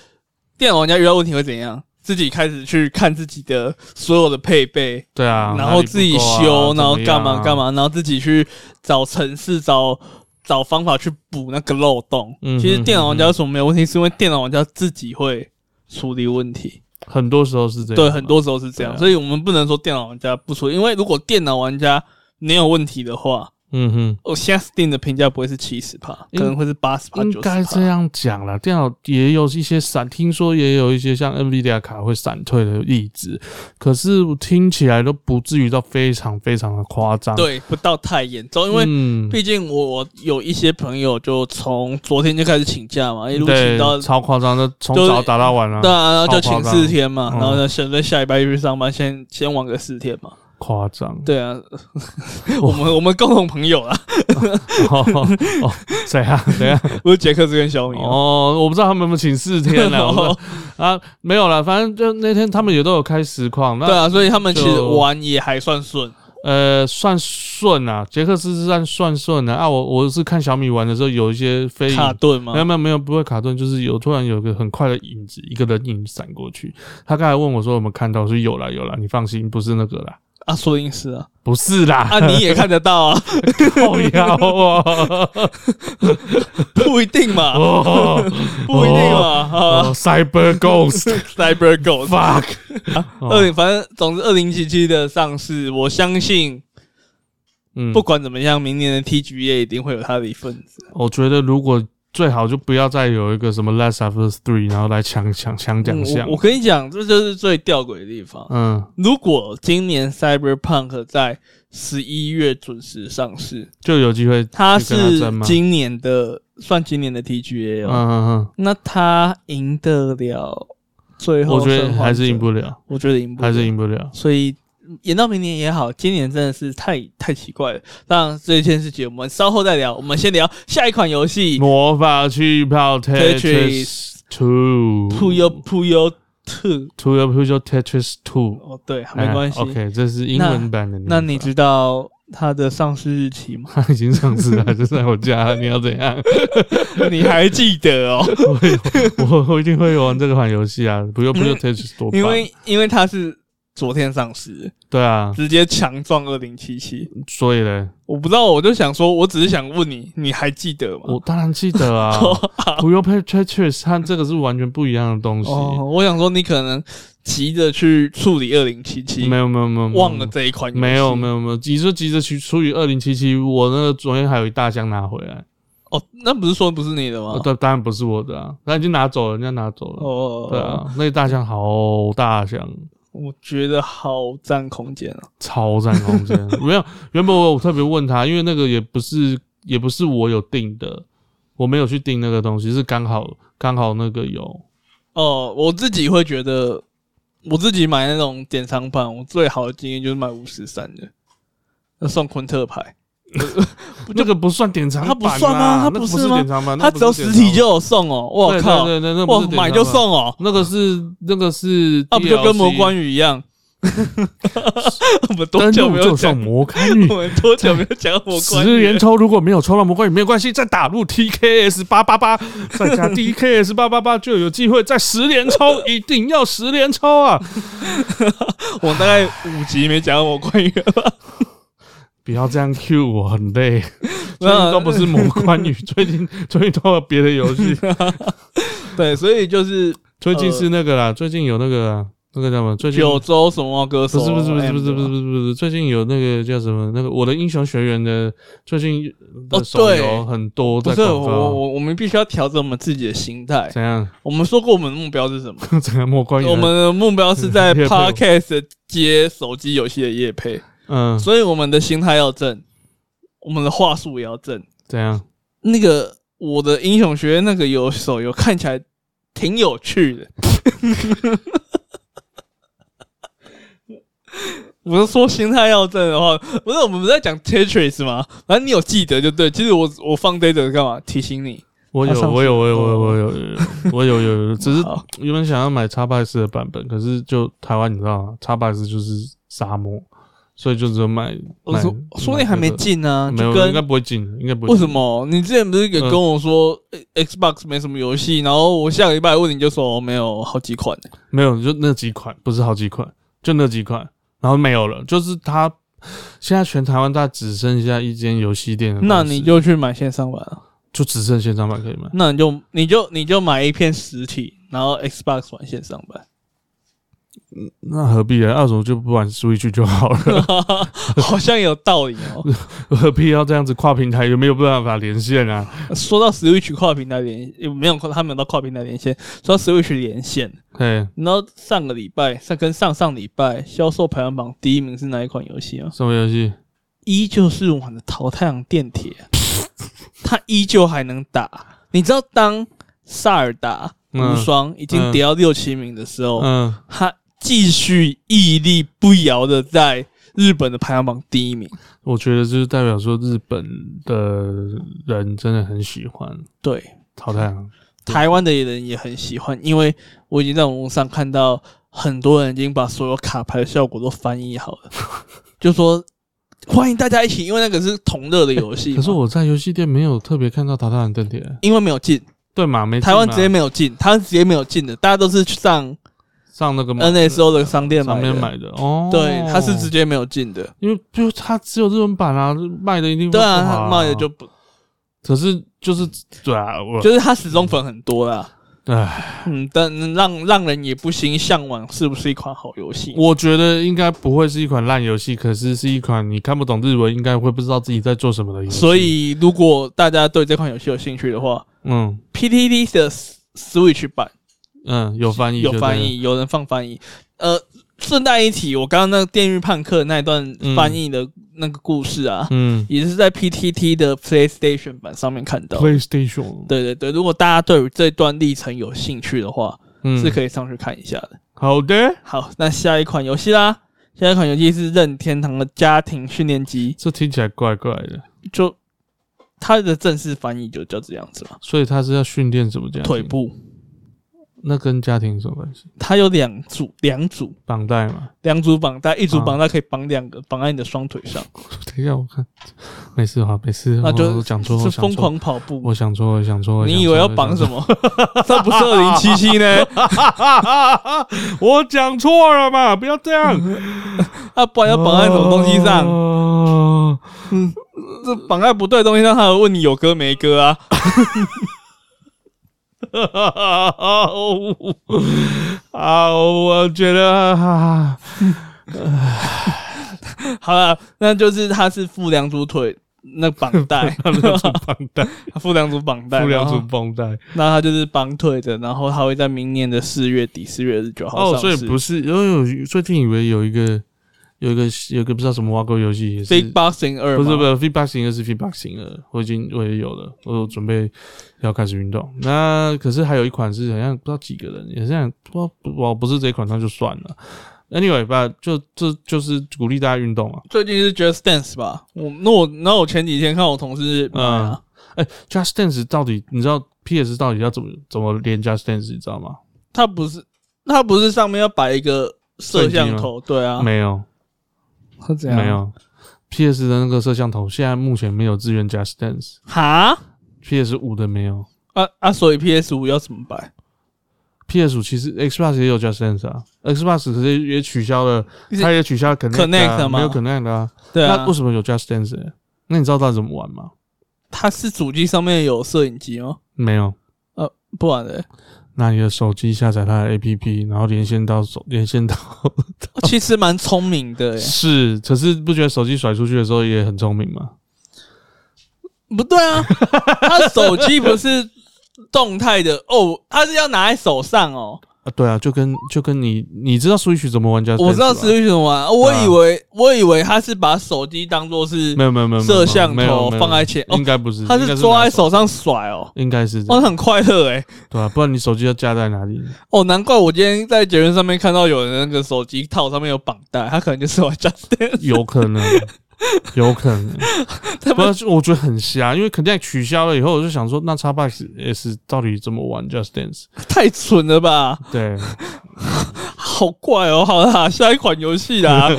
[SPEAKER 2] 电脑玩家遇到问题会怎样？自己开始去看自己的所有的配备，
[SPEAKER 1] 对啊，
[SPEAKER 2] 然后自己修，然后干嘛干
[SPEAKER 1] 嘛，
[SPEAKER 2] 嘛，然后自己去找程式、找找方法去补那个漏洞。
[SPEAKER 1] 嗯
[SPEAKER 2] 其实电脑玩家
[SPEAKER 1] 嗯
[SPEAKER 2] 为什么没有问题，是因为电脑玩家自己会处理问题。
[SPEAKER 1] 很多时候是这样，啊
[SPEAKER 2] 对，很多时候是这样，
[SPEAKER 1] 对啊
[SPEAKER 2] 所以我们不能说电脑玩家不处理，因为如果电脑玩家没有问题的话，
[SPEAKER 1] 嗯哼，
[SPEAKER 2] 我现在 Steam 的评价不会是七十趴，可
[SPEAKER 1] 应
[SPEAKER 2] 能会啊是八十趴、
[SPEAKER 1] 应
[SPEAKER 2] 九
[SPEAKER 1] 该
[SPEAKER 2] 十
[SPEAKER 1] 这
[SPEAKER 2] 趴。
[SPEAKER 1] 样讲啦。电脑也有一些闪，听说也有一些像 NVIDIA 卡会闪退的例子，可是听起来都不至于到非常非常的夸张。，
[SPEAKER 2] 对，不到太严重，因为
[SPEAKER 1] 嗯，
[SPEAKER 2] 毕竟我有一些朋友就从昨天就开始请假嘛，一路请
[SPEAKER 1] 对
[SPEAKER 2] 到，
[SPEAKER 1] 超夸张的，从
[SPEAKER 2] 就是
[SPEAKER 1] 早打到晚啊
[SPEAKER 2] 对，啊，然后就请
[SPEAKER 1] 超夸张
[SPEAKER 2] 四天嘛，
[SPEAKER 1] 嗯
[SPEAKER 2] 然后呢，省得下礼拜一去上班，先先玩个四天嘛。
[SPEAKER 1] 夸张。[LAUGHS]
[SPEAKER 2] 对啊，我们我们共同朋友啦，
[SPEAKER 1] 哦哦，谁啊？谁
[SPEAKER 2] [LAUGHS]
[SPEAKER 1] 啊？
[SPEAKER 2] 不是杰克斯跟小米哦，
[SPEAKER 1] 哦，我不知道他们有没有请四天了。我不知道
[SPEAKER 2] 哦
[SPEAKER 1] 啊，没有了，反正就那天他们也都有开实况，那、
[SPEAKER 2] [LAUGHS] 对啊，所以他们其实
[SPEAKER 1] 就
[SPEAKER 2] 玩也还算顺，
[SPEAKER 1] 呃算顺啊，杰克斯是算算顺的啊我我是看小米玩的时候有一些飞
[SPEAKER 2] 卡
[SPEAKER 1] 影，
[SPEAKER 2] 顿
[SPEAKER 1] 没有
[SPEAKER 2] 嘛，
[SPEAKER 1] 没有没有不会卡顿，就是有突然有个很快的影子，一个人影闪过去。他刚才问我说有没有看到，我说有啦有啦，你放心，不是那个啦，
[SPEAKER 2] 啊，说不定是啊，
[SPEAKER 1] 不是啦， [LAUGHS]
[SPEAKER 2] 啊，你也看得到啊，
[SPEAKER 1] 靠腰哦，
[SPEAKER 2] 不一定嘛，
[SPEAKER 1] 哦
[SPEAKER 2] 不一定嘛，啊 [LAUGHS]
[SPEAKER 1] 哦，Cyber Ghost。
[SPEAKER 2] ，Cyber Ghost。
[SPEAKER 1] Fuck！哦
[SPEAKER 2] 二零，反正总之二零七七的上市，我相信
[SPEAKER 1] 嗯
[SPEAKER 2] 不管怎么样，明年的 TGA 一定会有它的一份子。
[SPEAKER 1] 我觉得如果最好就不要再有一个什么 Last of Us Three，然后来抢抢抢奖项
[SPEAKER 2] 嗯我。我跟你讲，这就是最吊诡的地方。
[SPEAKER 1] 嗯，
[SPEAKER 2] 如果今年 Cyberpunk 在十一月准时上市，
[SPEAKER 1] 就有机会。
[SPEAKER 2] 它
[SPEAKER 1] 去跟它
[SPEAKER 2] 是
[SPEAKER 1] 争吗
[SPEAKER 2] 今年的算今年的 TGA
[SPEAKER 1] 嗯
[SPEAKER 2] 哦，
[SPEAKER 1] 嗯
[SPEAKER 2] 那它赢得了最
[SPEAKER 1] 嗯，
[SPEAKER 2] 后
[SPEAKER 1] 我觉
[SPEAKER 2] 生
[SPEAKER 1] 得
[SPEAKER 2] 还
[SPEAKER 1] 还是
[SPEAKER 2] 者
[SPEAKER 1] 赢不，了，
[SPEAKER 2] 我觉得赢不了，
[SPEAKER 1] 还是赢不了。
[SPEAKER 2] 所以嗯延到明年也好，今年真的是太太奇怪了。当然这件事情我们稍后再聊，我们先聊下一款游戏《
[SPEAKER 1] 魔法气泡 Tetris
[SPEAKER 2] Tetris
[SPEAKER 1] Two
[SPEAKER 2] Puyo Puyo Two》。
[SPEAKER 1] Two 又不就 Tetris Two，
[SPEAKER 2] 哦，对，没关系。
[SPEAKER 1] 哎 OK，这是英文版的念法。
[SPEAKER 2] 那你知道它的上市日期吗？
[SPEAKER 1] [LAUGHS]
[SPEAKER 2] [LAUGHS]
[SPEAKER 1] 他已经上市了，就在我家了，你要怎样？
[SPEAKER 2] 你还记得
[SPEAKER 1] [LAUGHS]
[SPEAKER 2] 哦？
[SPEAKER 1] 我我我一定会玩这个款游戏啊！不就不就 Tetris 多棒
[SPEAKER 2] 嗯因为因为它是昨天上市，
[SPEAKER 1] 对啊，
[SPEAKER 2] 直接强撞二零七七。
[SPEAKER 1] 所以嘞，
[SPEAKER 2] 我不知道，我就想说，我只是想问你，你还记得吗？
[SPEAKER 1] 我当然记得
[SPEAKER 2] [LAUGHS]
[SPEAKER 1] 啊。不用 Tetris 和这个是完全不一样的东西。
[SPEAKER 2] 哦，我想说你可能急着去处理二零七七，
[SPEAKER 1] 没有没有没有，没有
[SPEAKER 2] 忘了这一款游戏，
[SPEAKER 1] 没有没有没有，急着急着去除以二零七七，我那个昨天还有一大箱拿回来，
[SPEAKER 2] 哦，那不是说不是你的
[SPEAKER 1] 呃
[SPEAKER 2] 吗？
[SPEAKER 1] 当、当然不是我的啊，他已经拿走了，人家拿走了。
[SPEAKER 2] 哦，
[SPEAKER 1] 对，啊，那一大箱好大箱，
[SPEAKER 2] 我觉得好占空间啊。
[SPEAKER 1] 超占空间。 [LAUGHS] 没有，原本我有特别问他，因为那个也不是也不是我有订的，我没有去订那个东西，是刚好刚好那个有。
[SPEAKER 2] 哦，我自己会觉得，我自己买那种典藏版，我最好的经验就是买五十三的，那送昆特牌，
[SPEAKER 1] 啊那个不算典藏版、
[SPEAKER 2] 它
[SPEAKER 1] 啊，
[SPEAKER 2] 不算吗它
[SPEAKER 1] 那
[SPEAKER 2] 不
[SPEAKER 1] 个
[SPEAKER 2] 是
[SPEAKER 1] 不是
[SPEAKER 2] 吗
[SPEAKER 1] 典藏版，
[SPEAKER 2] 它
[SPEAKER 1] 那个
[SPEAKER 2] 只
[SPEAKER 1] 不
[SPEAKER 2] 要
[SPEAKER 1] 是典
[SPEAKER 2] 实
[SPEAKER 1] 藏
[SPEAKER 2] 体
[SPEAKER 1] 版
[SPEAKER 2] 就有送哦。我
[SPEAKER 1] 对
[SPEAKER 2] 靠，
[SPEAKER 1] 对对，对那不
[SPEAKER 2] 哇
[SPEAKER 1] 是，典
[SPEAKER 2] 买
[SPEAKER 1] 藏啊
[SPEAKER 2] 就
[SPEAKER 1] 版，
[SPEAKER 2] 送哦，啊
[SPEAKER 1] 那个是那个是 DLC，
[SPEAKER 2] 那不就跟魔关羽一样？ [LAUGHS] 我们多
[SPEAKER 1] 登
[SPEAKER 2] 久
[SPEAKER 1] 录
[SPEAKER 2] 没有
[SPEAKER 1] 就
[SPEAKER 2] 讲
[SPEAKER 1] 送？魔关羽
[SPEAKER 2] 我。们多久没有讲魔关
[SPEAKER 1] 十
[SPEAKER 2] 羽
[SPEAKER 1] 元
[SPEAKER 2] 了？
[SPEAKER 1] 抽如果没有抽到魔关羽没有关系，再打入 TKS 八八八，再加 DKS 八八八就有机会再十连抽，一定要十连抽啊！
[SPEAKER 2] 我大概五集没讲魔关羽了吧？
[SPEAKER 1] 不要这样 Q 我，很累。最近
[SPEAKER 2] 那
[SPEAKER 1] 都不是魔关羽，最近最近都有别的游戏，
[SPEAKER 2] 对，所以就是
[SPEAKER 1] 最近是那个啦，最近有那个啦那个叫什么？最近
[SPEAKER 2] 九州什么歌手
[SPEAKER 1] 不是不是不是
[SPEAKER 2] M
[SPEAKER 1] 不是不是
[SPEAKER 2] 的
[SPEAKER 1] 不是不是，最近有那个叫什么那个《我的英雄学院》的，最近的
[SPEAKER 2] 哦
[SPEAKER 1] 手游
[SPEAKER 2] 对
[SPEAKER 1] 很多
[SPEAKER 2] 不
[SPEAKER 1] 在
[SPEAKER 2] 是
[SPEAKER 1] 广
[SPEAKER 2] 我
[SPEAKER 1] 告。
[SPEAKER 2] 我我们必须要调整我们自己的心态。
[SPEAKER 1] 怎样？
[SPEAKER 2] 我们说过我们的目标是什么？
[SPEAKER 1] 怎样？莫关羽？
[SPEAKER 2] 我们的目标
[SPEAKER 1] [LAUGHS]
[SPEAKER 2] 是在
[SPEAKER 1] 啊业配
[SPEAKER 2] Podcast 接手机游戏的业配，
[SPEAKER 1] 嗯，
[SPEAKER 2] 所以我们的心态要正，我们的话术也要正。
[SPEAKER 1] 怎样？
[SPEAKER 2] 那个我的英雄学院那个游手游看起来挺有趣的。 [LAUGHS] 我是说心态要正的话，不是我们不是在讲 Tetris 吗？反正你有记得就对。其实我我放 d a t a 干嘛？提醒你。
[SPEAKER 1] 我
[SPEAKER 2] 他
[SPEAKER 1] 有
[SPEAKER 2] 上
[SPEAKER 1] 我有
[SPEAKER 2] 次
[SPEAKER 1] 我有我有
[SPEAKER 2] 哦
[SPEAKER 1] 我有我有我有有
[SPEAKER 2] [LAUGHS]
[SPEAKER 1] 有，只是
[SPEAKER 2] 好
[SPEAKER 1] 原本想要买叉 box 的版本，可是就台湾你知道吗？叉 box 就是沙漠，所以就只有买。
[SPEAKER 2] 我说
[SPEAKER 1] 买
[SPEAKER 2] 说你还没，进呢、
[SPEAKER 1] 买这个
[SPEAKER 2] 就
[SPEAKER 1] 没有，应
[SPEAKER 2] 跟
[SPEAKER 1] 该不会进，应该不会嗯
[SPEAKER 2] 为
[SPEAKER 1] 进。
[SPEAKER 2] 什么？你之前不是也跟我说、呃 Xbox 没什么游戏，然后我下个礼拜问你就说、哦没有好几款，
[SPEAKER 1] 没有，就那几款，不是好几款，就那几款，然后没有了。就是它现在全台湾大概只剩下一间游戏店的公司，
[SPEAKER 2] 那你就去买线上版啊。
[SPEAKER 1] 就只剩线上版可以买。 [LAUGHS]
[SPEAKER 2] 那你就你就你就买一片实体，然后 Xbox 玩线上版。
[SPEAKER 1] 那何必啊呢？二手就不玩 Switch 就好了，
[SPEAKER 2] 好像有道理哦。
[SPEAKER 1] 何必要这样子跨平台？有没有办法连线啊？
[SPEAKER 2] 说到 Switch 跨平台连，也没有跨，他没有到跨平台连线。说到 Switch 连线，
[SPEAKER 1] 嘿，
[SPEAKER 2] 你知道上个礼拜，上跟上上礼拜销售排行榜第一名是哪一款游戏啊？
[SPEAKER 1] 什么游戏？
[SPEAKER 2] 依旧是我们的《淘太阳电铁》， [LAUGHS] 它依旧还能打。你知道，当萨尔达
[SPEAKER 1] 嗯
[SPEAKER 2] 无双已经跌到六七名的时候，
[SPEAKER 1] 嗯，
[SPEAKER 2] 它继续屹立不摇的在日本的排行榜第一名。
[SPEAKER 1] 我觉得就是代表说日本的人真的很喜欢
[SPEAKER 2] 对，
[SPEAKER 1] 淘汰啊。
[SPEAKER 2] 台湾的人也很喜欢，因为我已经在网络上看到很多人已经把所有卡牌的效果都翻译好了， [LAUGHS] 就说欢迎大家一起，因为那个是同乐的游戏嘛。
[SPEAKER 1] 可是我在游戏店没有特别看到淘汰人登铁，
[SPEAKER 2] 因为没有进，
[SPEAKER 1] 对嘛？没进嘛
[SPEAKER 2] 台湾直接没有进，台湾直接没有进的，大家都是去上
[SPEAKER 1] 上那个嘛
[SPEAKER 2] NSO 的商店
[SPEAKER 1] 上
[SPEAKER 2] 买的哦
[SPEAKER 1] 面。买的哦。
[SPEAKER 2] 对，它是直接没有进的。
[SPEAKER 1] 因为就它只有日文版啊，卖的一定
[SPEAKER 2] 对啊，
[SPEAKER 1] 不好
[SPEAKER 2] 它卖的就不，
[SPEAKER 1] 可是就是对啊，我
[SPEAKER 2] 就是它始终粉很多啦。
[SPEAKER 1] 唉，
[SPEAKER 2] 嗯，但让让人也不禁向往，是不是一款好游戏？
[SPEAKER 1] 我觉得应该不会是一款烂游戏，可是是一款你看不懂日文，应该会不知道自己在做什么的游戏。
[SPEAKER 2] 所以，如果大家对这款游戏有兴趣的话，
[SPEAKER 1] 嗯
[SPEAKER 2] PTT 的 Switch 版
[SPEAKER 1] 嗯，有翻译
[SPEAKER 2] 有
[SPEAKER 1] 就
[SPEAKER 2] 翻
[SPEAKER 1] 对了，
[SPEAKER 2] 译，有人放翻译。呃，顺带一提，我刚刚那个《电狱判客》那一段翻译的那个故事啊，
[SPEAKER 1] 嗯
[SPEAKER 2] 也是在 PTT 的 PlayStation 版上面看到。
[SPEAKER 1] ，PlayStation
[SPEAKER 2] 对对对，如果大家对于这段历程有兴趣的话，
[SPEAKER 1] 嗯
[SPEAKER 2] 是可以上去看一下的。
[SPEAKER 1] 好的。
[SPEAKER 2] 好，那下一款游戏啦，下一款游戏是任天堂的家庭训练机，
[SPEAKER 1] 这听起来怪怪的，
[SPEAKER 2] 就它的正式翻译就叫这样子嘛，
[SPEAKER 1] 所以他是要训练什么家庭？
[SPEAKER 2] 腿部。
[SPEAKER 1] 那跟家庭有什么关系？
[SPEAKER 2] 它有两组，两组，
[SPEAKER 1] 绑带嘛。 [LAUGHS]
[SPEAKER 2] 两组绑带，一组
[SPEAKER 1] 啊
[SPEAKER 2] 绑带可以绑两个，绑在你的双腿上，
[SPEAKER 1] 等一下我看，没事哈，没事。
[SPEAKER 2] 那就
[SPEAKER 1] 我哦讲错，
[SPEAKER 2] 是
[SPEAKER 1] 我
[SPEAKER 2] 疯
[SPEAKER 1] 讲错，
[SPEAKER 2] 狂跑步。
[SPEAKER 1] 我想错，我想错。
[SPEAKER 2] 你以为要绑什
[SPEAKER 1] 么？
[SPEAKER 2] 么？ [LAUGHS] 这不是二零七
[SPEAKER 1] [LAUGHS]
[SPEAKER 2] 七呢？
[SPEAKER 1] 我讲错了嘛，不要这样。
[SPEAKER 2] 啊，不 [LAUGHS] 然要绑在什么东
[SPEAKER 1] [LAUGHS]
[SPEAKER 2] 西
[SPEAKER 1] 哦
[SPEAKER 2] 上？
[SPEAKER 1] 上？
[SPEAKER 2] 这绑在不对的东西上，他会问你有歌没歌啊？
[SPEAKER 1] 啊，我觉得啊，
[SPEAKER 2] 好了，那就是他是负两组腿那绑
[SPEAKER 1] [LAUGHS]
[SPEAKER 2] 带，
[SPEAKER 1] 绑
[SPEAKER 2] [LAUGHS]
[SPEAKER 1] 带，
[SPEAKER 2] 负两组绑带，
[SPEAKER 1] 不良
[SPEAKER 2] 然后
[SPEAKER 1] 组绷带。
[SPEAKER 2] 那他就是绑腿的，然后他会在明年的四月底，四月二十九
[SPEAKER 1] 哦，
[SPEAKER 2] 号上市。
[SPEAKER 1] 所以不是，因为我最近以为有一个有一个有一个不知道什么挖沟游戏也是
[SPEAKER 2] Big Boxing 二
[SPEAKER 1] 不
[SPEAKER 2] 嘛，
[SPEAKER 1] 是不是 feedback 型的是 feedback 型的，我已经我也有了，我准备要开始运动。那可是还有一款是好像不知道几个人，也是想不知道我不是这一款那就算了。Anyway 吧，就这就是鼓励大家运动啊。
[SPEAKER 2] 最近是 Just Dance 吧？我那我那我前几天看我同事买啊，
[SPEAKER 1] 哎、j u s t Dance 到底你知道 PS 到底要怎么怎么连 Just Dance 你知道吗？
[SPEAKER 2] 它不是它不是上面要摆一个摄像头，对啊，
[SPEAKER 1] 没有
[SPEAKER 2] 它怎
[SPEAKER 1] 没有，PS 的那个摄像头现在目前没有支援 Just Dance。
[SPEAKER 2] 哈
[SPEAKER 1] PS 五的没有
[SPEAKER 2] 啊啊，所以 PS 五要怎么摆？
[SPEAKER 1] ，PS 五其实 Xbox 也有 Just Dance 啊，Xbox 可是也取消了，
[SPEAKER 2] 就是
[SPEAKER 1] 它也取消 Connect 啊
[SPEAKER 2] Connect 嘛
[SPEAKER 1] 没有 Connect 的啊。
[SPEAKER 2] 对
[SPEAKER 1] 那
[SPEAKER 2] 啊
[SPEAKER 1] 为，什么有 Just Dance？呢那你知道它怎么玩吗？
[SPEAKER 2] 它是主机上面有摄影机吗？
[SPEAKER 1] 没有，
[SPEAKER 2] 呃，不然的、
[SPEAKER 1] 那你的手机下载它的 APP，然后连线到手，连线到
[SPEAKER 2] 其实蛮聪明的、
[SPEAKER 1] [LAUGHS]
[SPEAKER 2] 欸，
[SPEAKER 1] 是，可是不觉得手机甩出去的时候也很聪明吗？
[SPEAKER 2] 不对
[SPEAKER 1] [LAUGHS]
[SPEAKER 2] 啊，它手机不是动态的哦，它是要拿在手上哦。
[SPEAKER 1] 啊，对啊，就跟就跟你你知道 Switch 怎么玩 Just Dance？
[SPEAKER 2] 我知道
[SPEAKER 1] 吧
[SPEAKER 2] Switch 怎么玩，我以为我以为它是把手机当做
[SPEAKER 1] 啊
[SPEAKER 2] 是
[SPEAKER 1] 没有没有没有没有
[SPEAKER 2] 摄像
[SPEAKER 1] 没有
[SPEAKER 2] 头
[SPEAKER 1] 没有
[SPEAKER 2] 放在前哦
[SPEAKER 1] 应该不是，
[SPEAKER 2] 它
[SPEAKER 1] 应该
[SPEAKER 2] 是
[SPEAKER 1] 是
[SPEAKER 2] 抓
[SPEAKER 1] 拿
[SPEAKER 2] 在手上甩哦，
[SPEAKER 1] 应该是这
[SPEAKER 2] 哦，
[SPEAKER 1] 样
[SPEAKER 2] 很快乐哎、
[SPEAKER 1] 对啊，不然你手机要架在哪里？
[SPEAKER 2] 哦，难怪我今天在节目上面看到有人那个手机套上面有绑带，他可能就是玩 Just [LAUGHS] Dance，
[SPEAKER 1] 有可能，有可能。
[SPEAKER 2] 他
[SPEAKER 1] 不
[SPEAKER 2] 们
[SPEAKER 1] 是，我觉得很瞎，因为 Connect 取消了以后，我就想说，那 Xbox S 到底怎么玩 Just Dance？
[SPEAKER 2] 太蠢了吧，
[SPEAKER 1] 对，
[SPEAKER 2] 好怪哦。好啦，下一款游
[SPEAKER 1] [LAUGHS]
[SPEAKER 2] 戏啦，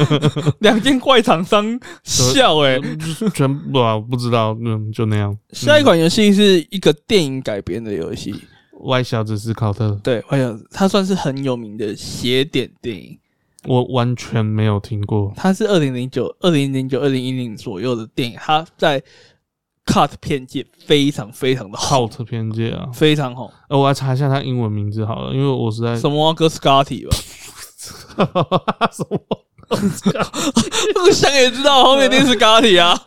[SPEAKER 2] 两间怪厂商笑哎、
[SPEAKER 1] 就是全部啊，不知道，嗯，就那样。
[SPEAKER 2] 下一款游戏是一个电影改编的游戏，
[SPEAKER 1] Y 小子斯考特，
[SPEAKER 2] 对，哎呀，它算是很有名的邪典电影，
[SPEAKER 1] 我完全没有听过。
[SPEAKER 2] 它是二零零九、二零零九、二零一零左右的电影，它在 cut 片界非常非常的
[SPEAKER 1] 好
[SPEAKER 2] 红，
[SPEAKER 1] 特偏见啊！
[SPEAKER 2] 非常红。嗯啊
[SPEAKER 1] 呃，我来查一下他英文名字好了，因为我实在
[SPEAKER 2] [LAUGHS] 什么 g o Scotty 吧？
[SPEAKER 1] [LAUGHS] 什么
[SPEAKER 2] 那个想也知道后面一定是咖喱啊，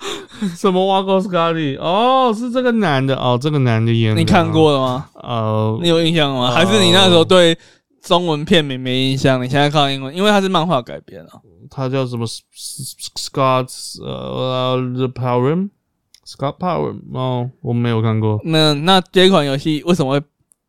[SPEAKER 1] 什么挖沟斯咖喱？哦，是这个男的哦，这个男的演的。
[SPEAKER 2] 你看？过了吗？
[SPEAKER 1] 呃
[SPEAKER 2] 你，有印象吗？还是你那时候对中文片名没印象？你现在看英文，因为它是漫画改编啊。
[SPEAKER 1] 他叫什么？S- S- S- Scott 呃，The Power Scott Power 哦，我没有看过。
[SPEAKER 2] 那那这款游戏为什么会？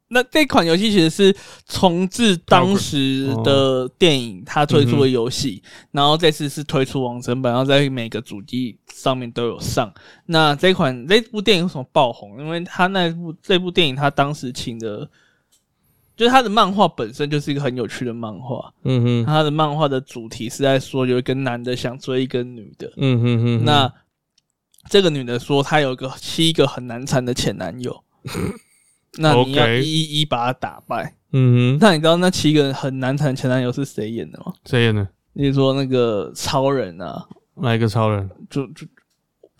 [SPEAKER 2] 那这款游戏其实是重置当时的电影，它推出的游戏，然后这次是推出完整版，然后在每个主机上面都有上。那这款这部电影为什么爆红？因为它那部这部电影，它当时请的，就是它的漫画本身就是一个很有趣的漫画，
[SPEAKER 1] 嗯哼，
[SPEAKER 2] 它的漫画的主题是在说有一个男的想追一个女的，
[SPEAKER 1] 嗯哼哼哼。
[SPEAKER 2] 那这个女的说她有个七个很难缠的前男
[SPEAKER 1] [LAUGHS]
[SPEAKER 2] 友，那你要
[SPEAKER 1] OK
[SPEAKER 2] 一一把她打败。
[SPEAKER 1] 嗯哼，
[SPEAKER 2] 那你知道那七个很难缠的前男友是谁演的吗？
[SPEAKER 1] 谁演的？
[SPEAKER 2] 例如说那个超人啊，
[SPEAKER 1] 哪一个超人
[SPEAKER 2] 就就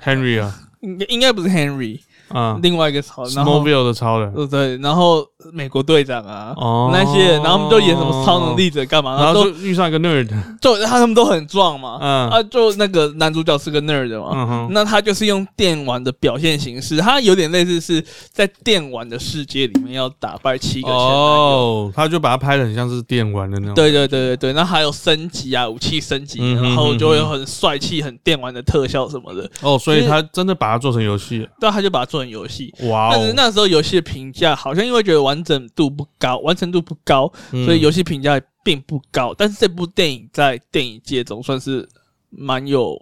[SPEAKER 1] ？Henry 啊
[SPEAKER 2] 应该应该不是 Henry，、
[SPEAKER 1] 啊
[SPEAKER 2] 另外一个超人，然后
[SPEAKER 1] ，Smallville 的超人。
[SPEAKER 2] 呃对，然后美国队长啊。
[SPEAKER 1] 哦，
[SPEAKER 2] 那些人，然后他们就演什么超能，力者干嘛？
[SPEAKER 1] 然
[SPEAKER 2] 然后
[SPEAKER 1] 后
[SPEAKER 2] 都
[SPEAKER 1] 就遇上一个 nerd，
[SPEAKER 2] 就他们都很壮嘛，
[SPEAKER 1] 嗯
[SPEAKER 2] 啊，就那个男主角是个 nerd 嘛，
[SPEAKER 1] 嗯哼，
[SPEAKER 2] 那他就是用电玩的表现形式，他有点类似是在电玩的世界里面要打败七个前男友。
[SPEAKER 1] 哦，他就把它拍的很像是电玩的那种，
[SPEAKER 2] 对对对对对，那还有升级啊，武器升级，
[SPEAKER 1] 嗯哼
[SPEAKER 2] 然后就会有很帅气、很电玩的特效什么的。
[SPEAKER 1] 哦，所以他真的把它做成游戏，
[SPEAKER 2] 对，他就把它做成游戏。
[SPEAKER 1] 哇
[SPEAKER 2] 但是
[SPEAKER 1] 哦，
[SPEAKER 2] 那时候游戏的评价好像因为觉得完整度不高，完成度不高，
[SPEAKER 1] 嗯
[SPEAKER 2] 所以游戏评价并不高。但是这部电影在电影界中算是蛮有，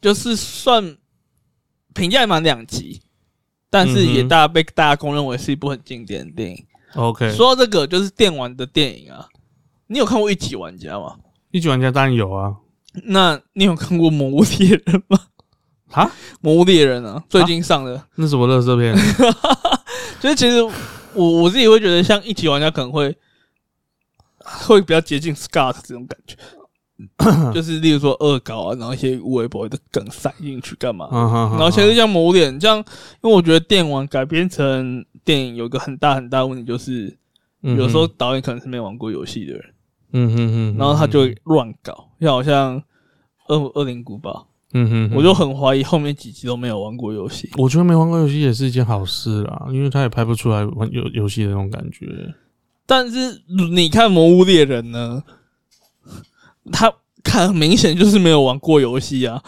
[SPEAKER 2] 就是算评价也蛮两极，但是也
[SPEAKER 1] 嗯哼
[SPEAKER 2] 大家被大家公认为是一部很经典的电影。
[SPEAKER 1] OK，
[SPEAKER 2] 说到这个，就是电玩的电影啊，你有看过《一级玩家》吗？
[SPEAKER 1] 一级玩家当然有啊，
[SPEAKER 2] 那你有看过《魔物猎人》吗？
[SPEAKER 1] 啊，
[SPEAKER 2] 《魔物猎人》啊，最近上的，
[SPEAKER 1] 那什么乐色
[SPEAKER 2] [LAUGHS]
[SPEAKER 1] 片？
[SPEAKER 2] 就是其实我我自己会觉得，像一级玩家可能会会比较接近 Scott 这种感
[SPEAKER 1] [LAUGHS]
[SPEAKER 2] 觉，就是例如说恶搞啊，然后一些微博的梗塞进去干嘛。
[SPEAKER 1] 嗯哼，
[SPEAKER 2] 然
[SPEAKER 1] 然
[SPEAKER 2] 后其实像某点这样，因为我觉得电玩改编成电影有一个很大很大的问题，就是
[SPEAKER 1] 嗯
[SPEAKER 2] 有时候，导演可能是没玩过游戏的人，
[SPEAKER 1] 嗯哼嗯哼，
[SPEAKER 2] 然后他就会乱搞，就好像二二零古堡，
[SPEAKER 1] 嗯哼，
[SPEAKER 2] 我就很怀疑后面几集都没有玩过游戏。
[SPEAKER 1] 我觉得没玩过游戏也是一件好事啦，因为他也拍不出来玩游游戏的那种感觉。
[SPEAKER 2] 但是你看《魔物猎人》呢，他看很明显就是没有玩过游戏啊。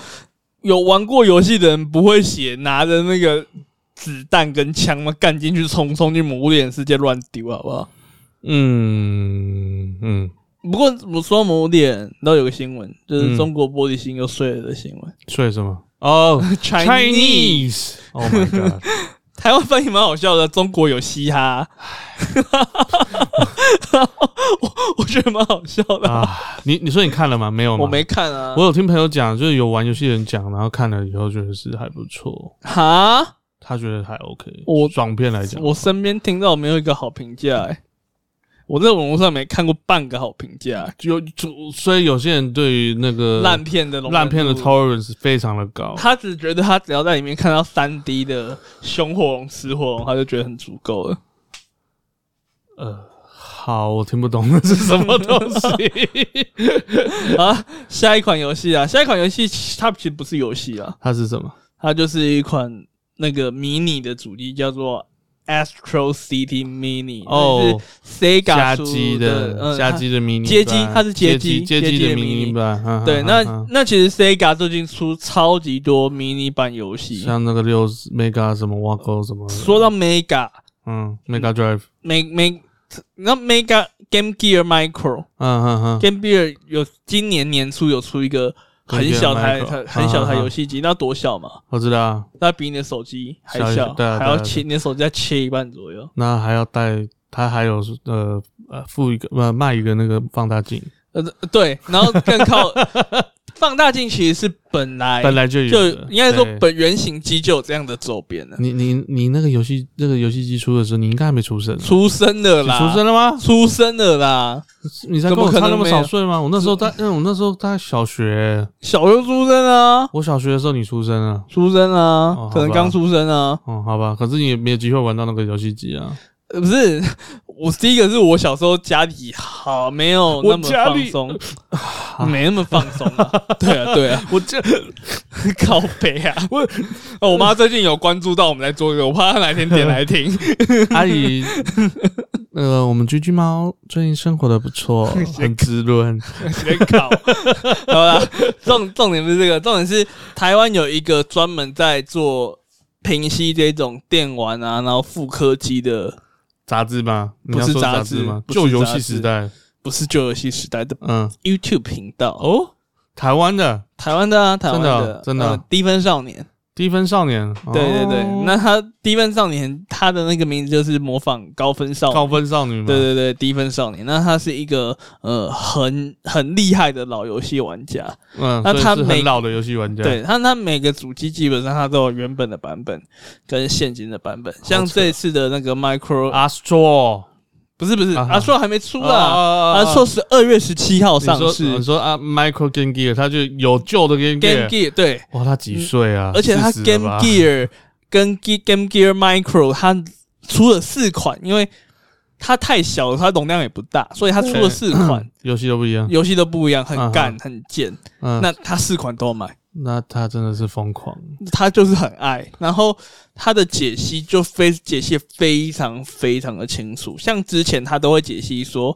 [SPEAKER 2] 有玩过游戏的人不会写拿着那个子弹跟枪嘛，干进去冲冲进魔物猎人世界乱丢，好不好？
[SPEAKER 1] 嗯嗯，
[SPEAKER 2] 不过我说到魔物猎人，然后有个新闻，就是中国玻璃心又碎了的新闻。
[SPEAKER 1] 所以什么？哦
[SPEAKER 2] Chinese
[SPEAKER 1] ，Chinese，Oh my god！
[SPEAKER 2] [LAUGHS] 台湾翻译蛮好笑的，中国有嘻哈， [LAUGHS] 我我觉得蛮好笑的。
[SPEAKER 1] 啊，你你说你看了吗？没有吗，
[SPEAKER 2] 我没看啊，
[SPEAKER 1] 我有听朋友讲，就是有玩游戏的人讲，然后看了以后觉得是还不错，
[SPEAKER 2] 哈。
[SPEAKER 1] 他觉得还 OK。
[SPEAKER 2] 我
[SPEAKER 1] 爽片来讲，
[SPEAKER 2] 我身边听到没有一个好评价、欸，我在网络上没看过半个好评价、欸，
[SPEAKER 1] 有就所以有些人对于那个
[SPEAKER 2] 烂片的容忍
[SPEAKER 1] 呃烂片的
[SPEAKER 2] 度
[SPEAKER 1] tolerance 非常的高。
[SPEAKER 2] 他只觉得他只要在里面看到三 D 的凶火龙、死火龙，他就觉得很足够了。 [LAUGHS]
[SPEAKER 1] 呃，好，我听不懂那是什么东西，
[SPEAKER 2] 啊，下一款游戏啊，下一款游戏其它其实不是游戏啊，
[SPEAKER 1] 它是什么？
[SPEAKER 2] [LAUGHS] 它就是一款那个迷你的主机，叫做 Astro City Mini，
[SPEAKER 1] [LAUGHS] 哦
[SPEAKER 2] 是 Sega
[SPEAKER 1] 加
[SPEAKER 2] 出
[SPEAKER 1] 机的
[SPEAKER 2] 嗯
[SPEAKER 1] 加
[SPEAKER 2] 它
[SPEAKER 1] 机的迷你
[SPEAKER 2] 街机
[SPEAKER 1] 版
[SPEAKER 2] 它是街机
[SPEAKER 1] 街
[SPEAKER 2] 街机
[SPEAKER 1] 机
[SPEAKER 2] 的
[SPEAKER 1] 的
[SPEAKER 2] 迷
[SPEAKER 1] 迷
[SPEAKER 2] 你
[SPEAKER 1] 你版。哈哈
[SPEAKER 2] 对，
[SPEAKER 1] 哈
[SPEAKER 2] 那
[SPEAKER 1] 哈
[SPEAKER 2] 那其实 Sega 最近出超级多迷你版游戏。
[SPEAKER 1] 像那个六 mega 什么 w a c o 什么的，
[SPEAKER 2] 说到 Mega，
[SPEAKER 1] 嗯 mega drive，
[SPEAKER 2] 没没，那 Mega Game Gear Micro
[SPEAKER 1] 嗯嗯嗯，
[SPEAKER 2] Game Gear 有今年年初有出一个很
[SPEAKER 1] Game Gear
[SPEAKER 2] 小台
[SPEAKER 1] Micro，
[SPEAKER 2] 很很小台
[SPEAKER 1] 啊啊啊
[SPEAKER 2] 游戏机，那多小嘛？
[SPEAKER 1] 我知道啊，
[SPEAKER 2] 那比你的手机还
[SPEAKER 1] 小一
[SPEAKER 2] 小，
[SPEAKER 1] 对啊啊
[SPEAKER 2] 还
[SPEAKER 1] 对啊
[SPEAKER 2] 要
[SPEAKER 1] 对啊
[SPEAKER 2] 切你的手机再切一半左右。
[SPEAKER 1] 那还要带它还有呃呃附一个呃卖一个那个放大镜，
[SPEAKER 2] 呃，对，然后更靠 [LAUGHS] 放大镜其实是本来
[SPEAKER 1] 本来就有
[SPEAKER 2] 哎就
[SPEAKER 1] 的，
[SPEAKER 2] 应该说
[SPEAKER 1] 对
[SPEAKER 2] 本原型机就有这样的周边了，
[SPEAKER 1] 你你你那个游戏那个游戏机出的时候，你应该还没出生，啊
[SPEAKER 2] 出生的
[SPEAKER 1] 你
[SPEAKER 2] 啦，
[SPEAKER 1] 出生了吗？
[SPEAKER 2] 出生的啦，
[SPEAKER 1] 你才跟我
[SPEAKER 2] 怎么
[SPEAKER 1] 差
[SPEAKER 2] 可能
[SPEAKER 1] 那么
[SPEAKER 2] 没有
[SPEAKER 1] 少岁吗？我那时候在，因为我那时候在小学，
[SPEAKER 2] 小就出生啊，
[SPEAKER 1] 我小学的时候你出生了。
[SPEAKER 2] 出生啊，
[SPEAKER 1] 哦
[SPEAKER 2] 可能
[SPEAKER 1] 好吧
[SPEAKER 2] 刚出生啊。
[SPEAKER 1] 哦，好吧，可是你也没有机会玩到那个游戏机啊。
[SPEAKER 2] 呃不是 [LAUGHS] 我第一个是我小时候家里好没有那么
[SPEAKER 1] 我家
[SPEAKER 2] 放
[SPEAKER 1] 里 [LAUGHS]
[SPEAKER 2] 松，没那么放松、啊。对啊，对啊，
[SPEAKER 1] 我这
[SPEAKER 2] [LAUGHS] 靠背
[SPEAKER 1] [LAUGHS]
[SPEAKER 2] 啊！我、哦、我妈最近有关注到我们在做这个，我怕她哪天点
[SPEAKER 1] [LAUGHS]
[SPEAKER 2] 来听。
[SPEAKER 1] 阿姨，那个我们居居猫最近生活的不错，很滋润。
[SPEAKER 2] 别
[SPEAKER 1] [LAUGHS]
[SPEAKER 2] 搞，好啦，重重点不是这个，重点是台湾有一个专门在做平息这种电玩啊，然后副科技的，
[SPEAKER 1] 杂志吗？你
[SPEAKER 2] 不
[SPEAKER 1] 要
[SPEAKER 2] 是
[SPEAKER 1] 说
[SPEAKER 2] 杂
[SPEAKER 1] 杂
[SPEAKER 2] 志
[SPEAKER 1] 吗？
[SPEAKER 2] 不是
[SPEAKER 1] 旧游
[SPEAKER 2] 杂
[SPEAKER 1] 戏
[SPEAKER 2] 志
[SPEAKER 1] 时代，
[SPEAKER 2] 不是旧游戏时代的
[SPEAKER 1] 嗯，
[SPEAKER 2] YouTube 频道，哦、
[SPEAKER 1] 哦，台湾的
[SPEAKER 2] 台湾的啊，台湾
[SPEAKER 1] 真的真的
[SPEAKER 2] 呃低分少年，
[SPEAKER 1] 低分少年，
[SPEAKER 2] 对对对，
[SPEAKER 1] 哦
[SPEAKER 2] 那他低分少年，他的那个名字就是模仿高分少
[SPEAKER 1] 高
[SPEAKER 2] 年。
[SPEAKER 1] 分少女嘛，
[SPEAKER 2] 对对对，低分少年，那他是一个呃很很厉害的老游戏玩家，
[SPEAKER 1] 嗯，
[SPEAKER 2] 那
[SPEAKER 1] 所以
[SPEAKER 2] 他
[SPEAKER 1] 是
[SPEAKER 2] 每
[SPEAKER 1] 很老的游戏玩家，
[SPEAKER 2] 对它，它每个主机基本上它都有原本的版本跟现今的版本。像
[SPEAKER 1] 啊
[SPEAKER 2] 这一次的那个 Micro，、
[SPEAKER 1] ，Astro
[SPEAKER 2] 不是不是，
[SPEAKER 1] 啊哈
[SPEAKER 2] 阿硕还没出啊，
[SPEAKER 1] 啊
[SPEAKER 2] 阿硕是二月十七
[SPEAKER 1] 哦
[SPEAKER 2] 号上
[SPEAKER 1] 你说你
[SPEAKER 2] 市。
[SPEAKER 1] 说啊，Michael Game Gear，他就有旧的 Game Gear，
[SPEAKER 2] Game Gear 对，
[SPEAKER 1] 哇，他几岁啊？
[SPEAKER 2] 而且它
[SPEAKER 1] 40了
[SPEAKER 2] Game
[SPEAKER 1] 吧
[SPEAKER 2] Gear 跟 Ge- Game Gear Micro 它出了四款，因为它太小了，它容量也不大，所以它出了四
[SPEAKER 1] [CLEARS THROAT]
[SPEAKER 2] 款
[SPEAKER 1] [COUGHS] 游戏都不一样，
[SPEAKER 2] 游戏都不一样，很
[SPEAKER 1] 啊
[SPEAKER 2] 干很贱。
[SPEAKER 1] 嗯，那
[SPEAKER 2] 那它四款都要买。
[SPEAKER 1] 那他真的是疯狂，
[SPEAKER 2] 他就是很爱，然后他的解析就非解析得非常非常的清楚，像之前他都会解析说。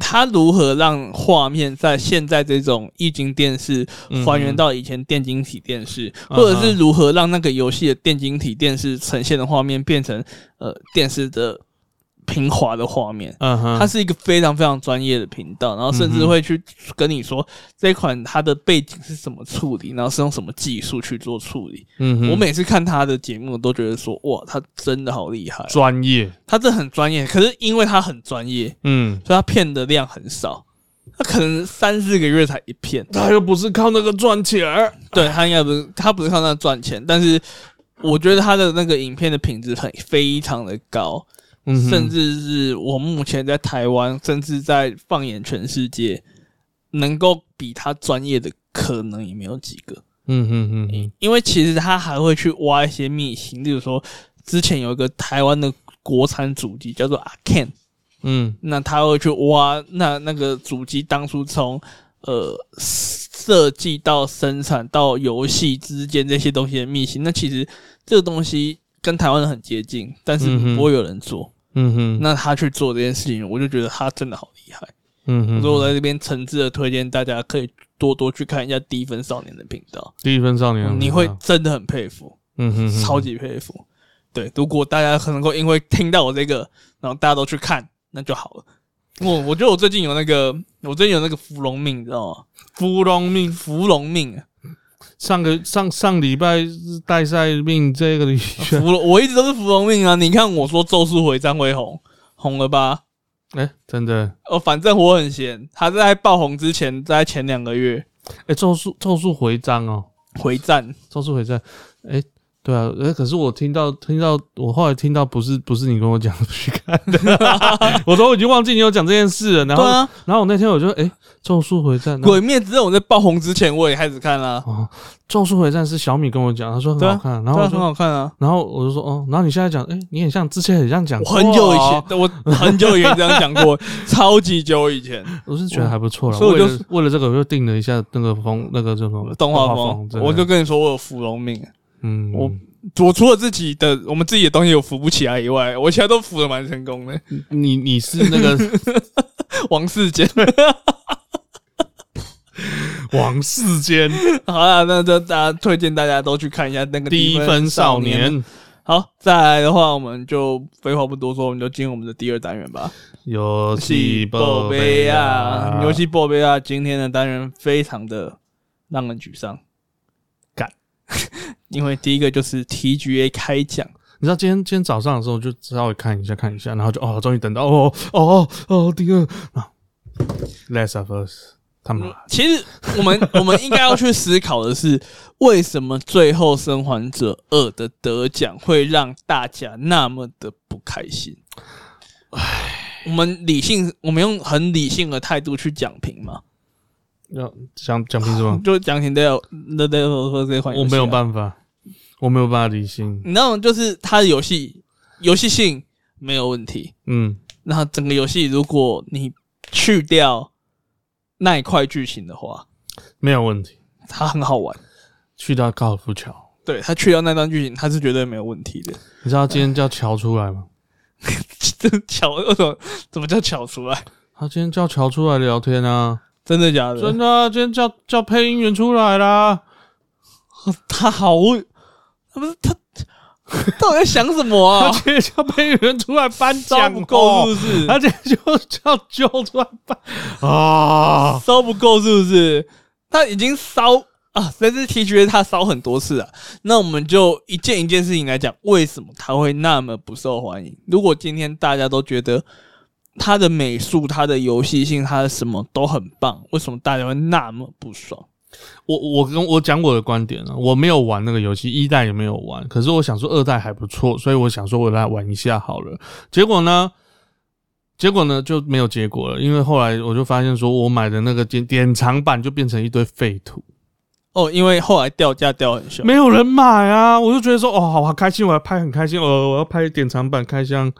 [SPEAKER 2] 他如何让画面在现在这种液晶电视还原到以前电晶体电
[SPEAKER 1] 嗯
[SPEAKER 2] 视，
[SPEAKER 1] 嗯哼
[SPEAKER 2] 或者是如何让那个游戏的电晶体电视呈现的画面变成呃电视的平滑的画面？
[SPEAKER 1] 嗯哼，
[SPEAKER 2] 它是一个非常非常专业的频道，然后甚至会去跟你说这一款它的背景是怎么处理，然后是用什么技术去做处理。
[SPEAKER 1] 嗯哼，
[SPEAKER 2] 我每次看他的节目都觉得说，哇，他真的好厉害，
[SPEAKER 1] 专业，
[SPEAKER 2] 他这很专业。可是因为他很专业，
[SPEAKER 1] 嗯，
[SPEAKER 2] 所以他骗的量很少，他可能三四个月才一
[SPEAKER 1] [LAUGHS]
[SPEAKER 2] 片。
[SPEAKER 1] 他又不是靠那个赚钱儿，
[SPEAKER 2] 对他应该不是，他不是靠那赚钱，但是我觉得他的那个影片的品质很非常的高，
[SPEAKER 1] 嗯哼，
[SPEAKER 2] 甚至是我目前在台湾，甚至在放眼全世界，能够比他专业的可能也没有几个。
[SPEAKER 1] 嗯哼嗯哼，
[SPEAKER 2] 因为其实他还会去挖一些秘辛，例如说之前有一个台湾的国产主机叫做 a c a n
[SPEAKER 1] 嗯
[SPEAKER 2] 那他会去挖那那个主机当初从呃设计到生产到游戏之间这些东西的秘辛。那其实这个东西跟台湾人很接近，但是
[SPEAKER 1] 嗯哼
[SPEAKER 2] 不会有人做。
[SPEAKER 1] 嗯哼，
[SPEAKER 2] 那他去做这件事情，我就觉得他真的好厉害。
[SPEAKER 1] 嗯哼，
[SPEAKER 2] 所以我在这边诚挚的推荐大家可以多多去看一下低分少年的频道，
[SPEAKER 1] 第一分少年，
[SPEAKER 2] 你会真的很佩服。
[SPEAKER 1] 嗯啊哼，嗯哼
[SPEAKER 2] 超级佩服。对，如果大家可能够因为听到我这个，然后大家都去看，那就好了。我我觉得我最近有那个，我最近有那个芙蓉命，你知道吗？
[SPEAKER 1] 芙蓉命。
[SPEAKER 2] 芙蓉命，
[SPEAKER 1] 上个上上礼拜是代赛命，这个礼
[SPEAKER 2] 芙
[SPEAKER 1] 拜
[SPEAKER 2] 蓉，我一直都是芙蓉命啊！你看我说《咒术回战》会红，红了吧？
[SPEAKER 1] [LAUGHS] 哎、真的
[SPEAKER 2] 哦，反正我很闲。他在爆红之前，在前两个月
[SPEAKER 1] 哎、咒术咒术回章哦，
[SPEAKER 2] 回战，
[SPEAKER 1] 咒术回战，哎、对啊，哎、可是我听到听到我后来听到不是不是你跟我讲的去
[SPEAKER 2] [LAUGHS]
[SPEAKER 1] 看的，我都已经忘记你有讲这件事了。然
[SPEAKER 2] 对
[SPEAKER 1] 后、
[SPEAKER 2] 啊，
[SPEAKER 1] 然后我那天我就哎、咒术回战，
[SPEAKER 2] 《鬼灭之刃》我在爆红之前我也开始看啊啦、
[SPEAKER 1] 哦，咒术回战是小米跟我讲，他说很
[SPEAKER 2] 对啊
[SPEAKER 1] 好看，然
[SPEAKER 2] 对
[SPEAKER 1] 后
[SPEAKER 2] 啊，
[SPEAKER 1] 我
[SPEAKER 2] 很
[SPEAKER 1] 说。
[SPEAKER 2] 好看啊。
[SPEAKER 1] 然后我就说哦，然后你现在讲，哎，你很像之前很像讲
[SPEAKER 2] 我
[SPEAKER 1] 过
[SPEAKER 2] 很久以前
[SPEAKER 1] 哦，，
[SPEAKER 2] 对我很久以前这样讲过，超级久以
[SPEAKER 1] [LAUGHS]
[SPEAKER 2] 前。
[SPEAKER 1] 我是觉得还不错了。
[SPEAKER 2] 所以我就
[SPEAKER 1] 为了为了这个，我就定了一下那个风，那个叫什么
[SPEAKER 2] 动画风
[SPEAKER 1] 风，真，的
[SPEAKER 2] 我就跟你说我有芙蓉命。啊
[SPEAKER 1] 嗯，
[SPEAKER 2] 我我除了自己的我们自己的东西有扶不起来以外，我其他都扶的蛮成功的。 [LAUGHS]
[SPEAKER 1] 你你是那 [LAUGHS] 个
[SPEAKER 2] 王世坚， [LAUGHS]
[SPEAKER 1] 王世坚
[SPEAKER 2] 好啦，那就大家推荐大家都去看一下那个
[SPEAKER 1] 低分少。年，
[SPEAKER 2] 好，再来的话，我们就废话不多说，我们就进入我们的第二单元吧。
[SPEAKER 1] 游
[SPEAKER 2] 游
[SPEAKER 1] 戏宝贝
[SPEAKER 2] 贝
[SPEAKER 1] 啊，
[SPEAKER 2] 啊游戏宝贝啊，今天的单元非常的让人沮丧，
[SPEAKER 1] 干，
[SPEAKER 2] [LAUGHS] 因为第一个就是 TGA 开奖。
[SPEAKER 1] 你知道今天今天早上的时候就稍微看一下看一下，然后就哦，终于等到哦哦哦第二啊，Last of Us，他妈的
[SPEAKER 2] 其实我 [LAUGHS] 们我们应该要去思考的是，为什么最后《生还者二》的得奖会让大家那么的不开心？我们理性，我们用很理性的态度去讲评嘛，
[SPEAKER 1] 要想讲凭什么？
[SPEAKER 2] 就讲评都要那那那这款游戏啊
[SPEAKER 1] 我没有办法，我没有办法理性。
[SPEAKER 2] 你知道，就是它的游戏游戏性没有问题。
[SPEAKER 1] 嗯
[SPEAKER 2] 那整个游戏如果你去掉那一块剧情的话，
[SPEAKER 1] 没有问题。
[SPEAKER 2] 它很好玩。
[SPEAKER 1] 去到高尔夫桥，
[SPEAKER 2] 对，它去掉那段剧情，它是绝对没有问题的。 [LAUGHS]
[SPEAKER 1] 你知道今天叫乔出来吗？
[SPEAKER 2] 这巧为什么怎么叫巧出来？
[SPEAKER 1] 他今天叫乔出来聊天啊，
[SPEAKER 2] 真的假的？
[SPEAKER 1] 真的、啊，今天叫叫配音员出来啦。
[SPEAKER 2] 他好无，他不是他，他到底在想什么
[SPEAKER 1] 他
[SPEAKER 2] [LAUGHS] 啊？
[SPEAKER 1] 今天叫配音员出来颁
[SPEAKER 2] 招
[SPEAKER 1] 奖哦
[SPEAKER 2] 不够是不是？
[SPEAKER 1] 而且就叫揪出来办 [LAUGHS] 啊！
[SPEAKER 2] 烧不够是不是？他已经烧啊，这次 T 恤他烧很多次啊。那我们就一件一件事情来讲，为什么他会那么不受欢迎？如果今天大家都觉得他的美术、他的游戏性、他的什么都很棒，为什么大家会那么不爽？
[SPEAKER 1] 我我跟我讲我的观点啊，我没有玩那个游戏，一代也没有玩，可是我想说二代还不错，所以我想说我来玩一下好了。结果呢，结果呢就没有结果了，因为后来我就发现说我买的那个典典藏版就变成一堆废图，
[SPEAKER 2] 哦，因为后来掉价掉很凶，
[SPEAKER 1] 没有人买啊！我就觉得说哦，好好开心，我要拍很开心，我、我要拍典藏版开箱。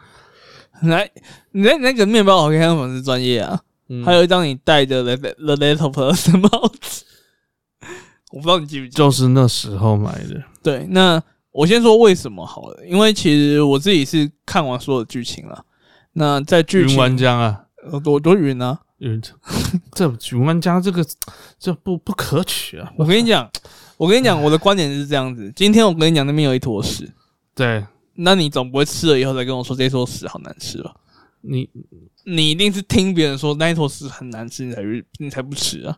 [SPEAKER 2] 来，你那那个面包好看粉丝专业啊，
[SPEAKER 1] 嗯
[SPEAKER 2] 还有一张你戴着 The The Little Person 的帽子，我不知道你记不记得。
[SPEAKER 1] 就是那时候买的，
[SPEAKER 2] 对，那我先说为什么好了，因为其实我自己是看完所有剧情了。那在剧
[SPEAKER 1] 云
[SPEAKER 2] 情，
[SPEAKER 1] 玩家啊，
[SPEAKER 2] 呃多多云
[SPEAKER 1] [LAUGHS]
[SPEAKER 2] 呢、
[SPEAKER 1] 云呃这云玩家这个这不不可取啊！
[SPEAKER 2] 我跟你讲，我跟你讲，我的观点是这样子。今天我跟你讲，那边有一坨屎，
[SPEAKER 1] 对，
[SPEAKER 2] 那你总不会吃了以后再跟我说这坨屎好难吃吧？
[SPEAKER 1] 你
[SPEAKER 2] 你一定是听别人说那一坨屎很难吃，你才去你才不吃啊。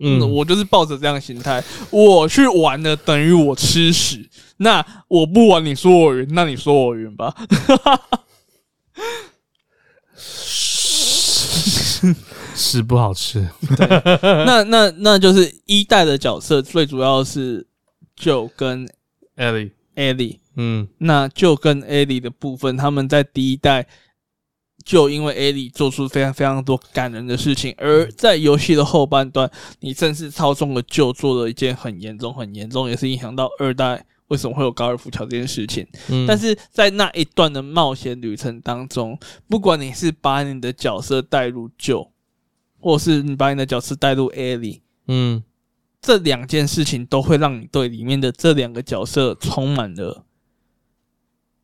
[SPEAKER 1] 嗯，
[SPEAKER 2] 我就是抱着这样的心态，我去玩了等于我吃屎。那我不玩，你说我晕，那你说我晕吧。
[SPEAKER 1] 屎不好吃，
[SPEAKER 2] 那那那就是一代的角色，最主要是就跟
[SPEAKER 1] 艾莉，
[SPEAKER 2] Ellie。
[SPEAKER 1] 嗯
[SPEAKER 2] 那就跟 Ellie 的部分，他们在第一代就因为 Ellie 做出非常非常多感人的事情，而在游戏的后半段，你正式操纵了就做了一件很严重、很严重，也是影响到二代为什么会有高尔夫球这件事情。
[SPEAKER 1] 嗯，
[SPEAKER 2] 但是在那一段的冒险旅程当中，不管你是把你的角色带入旧，或是你把你的角色带入 Ellie。
[SPEAKER 1] 嗯
[SPEAKER 2] 这两件事情都会让你对里面的这两个角色充满了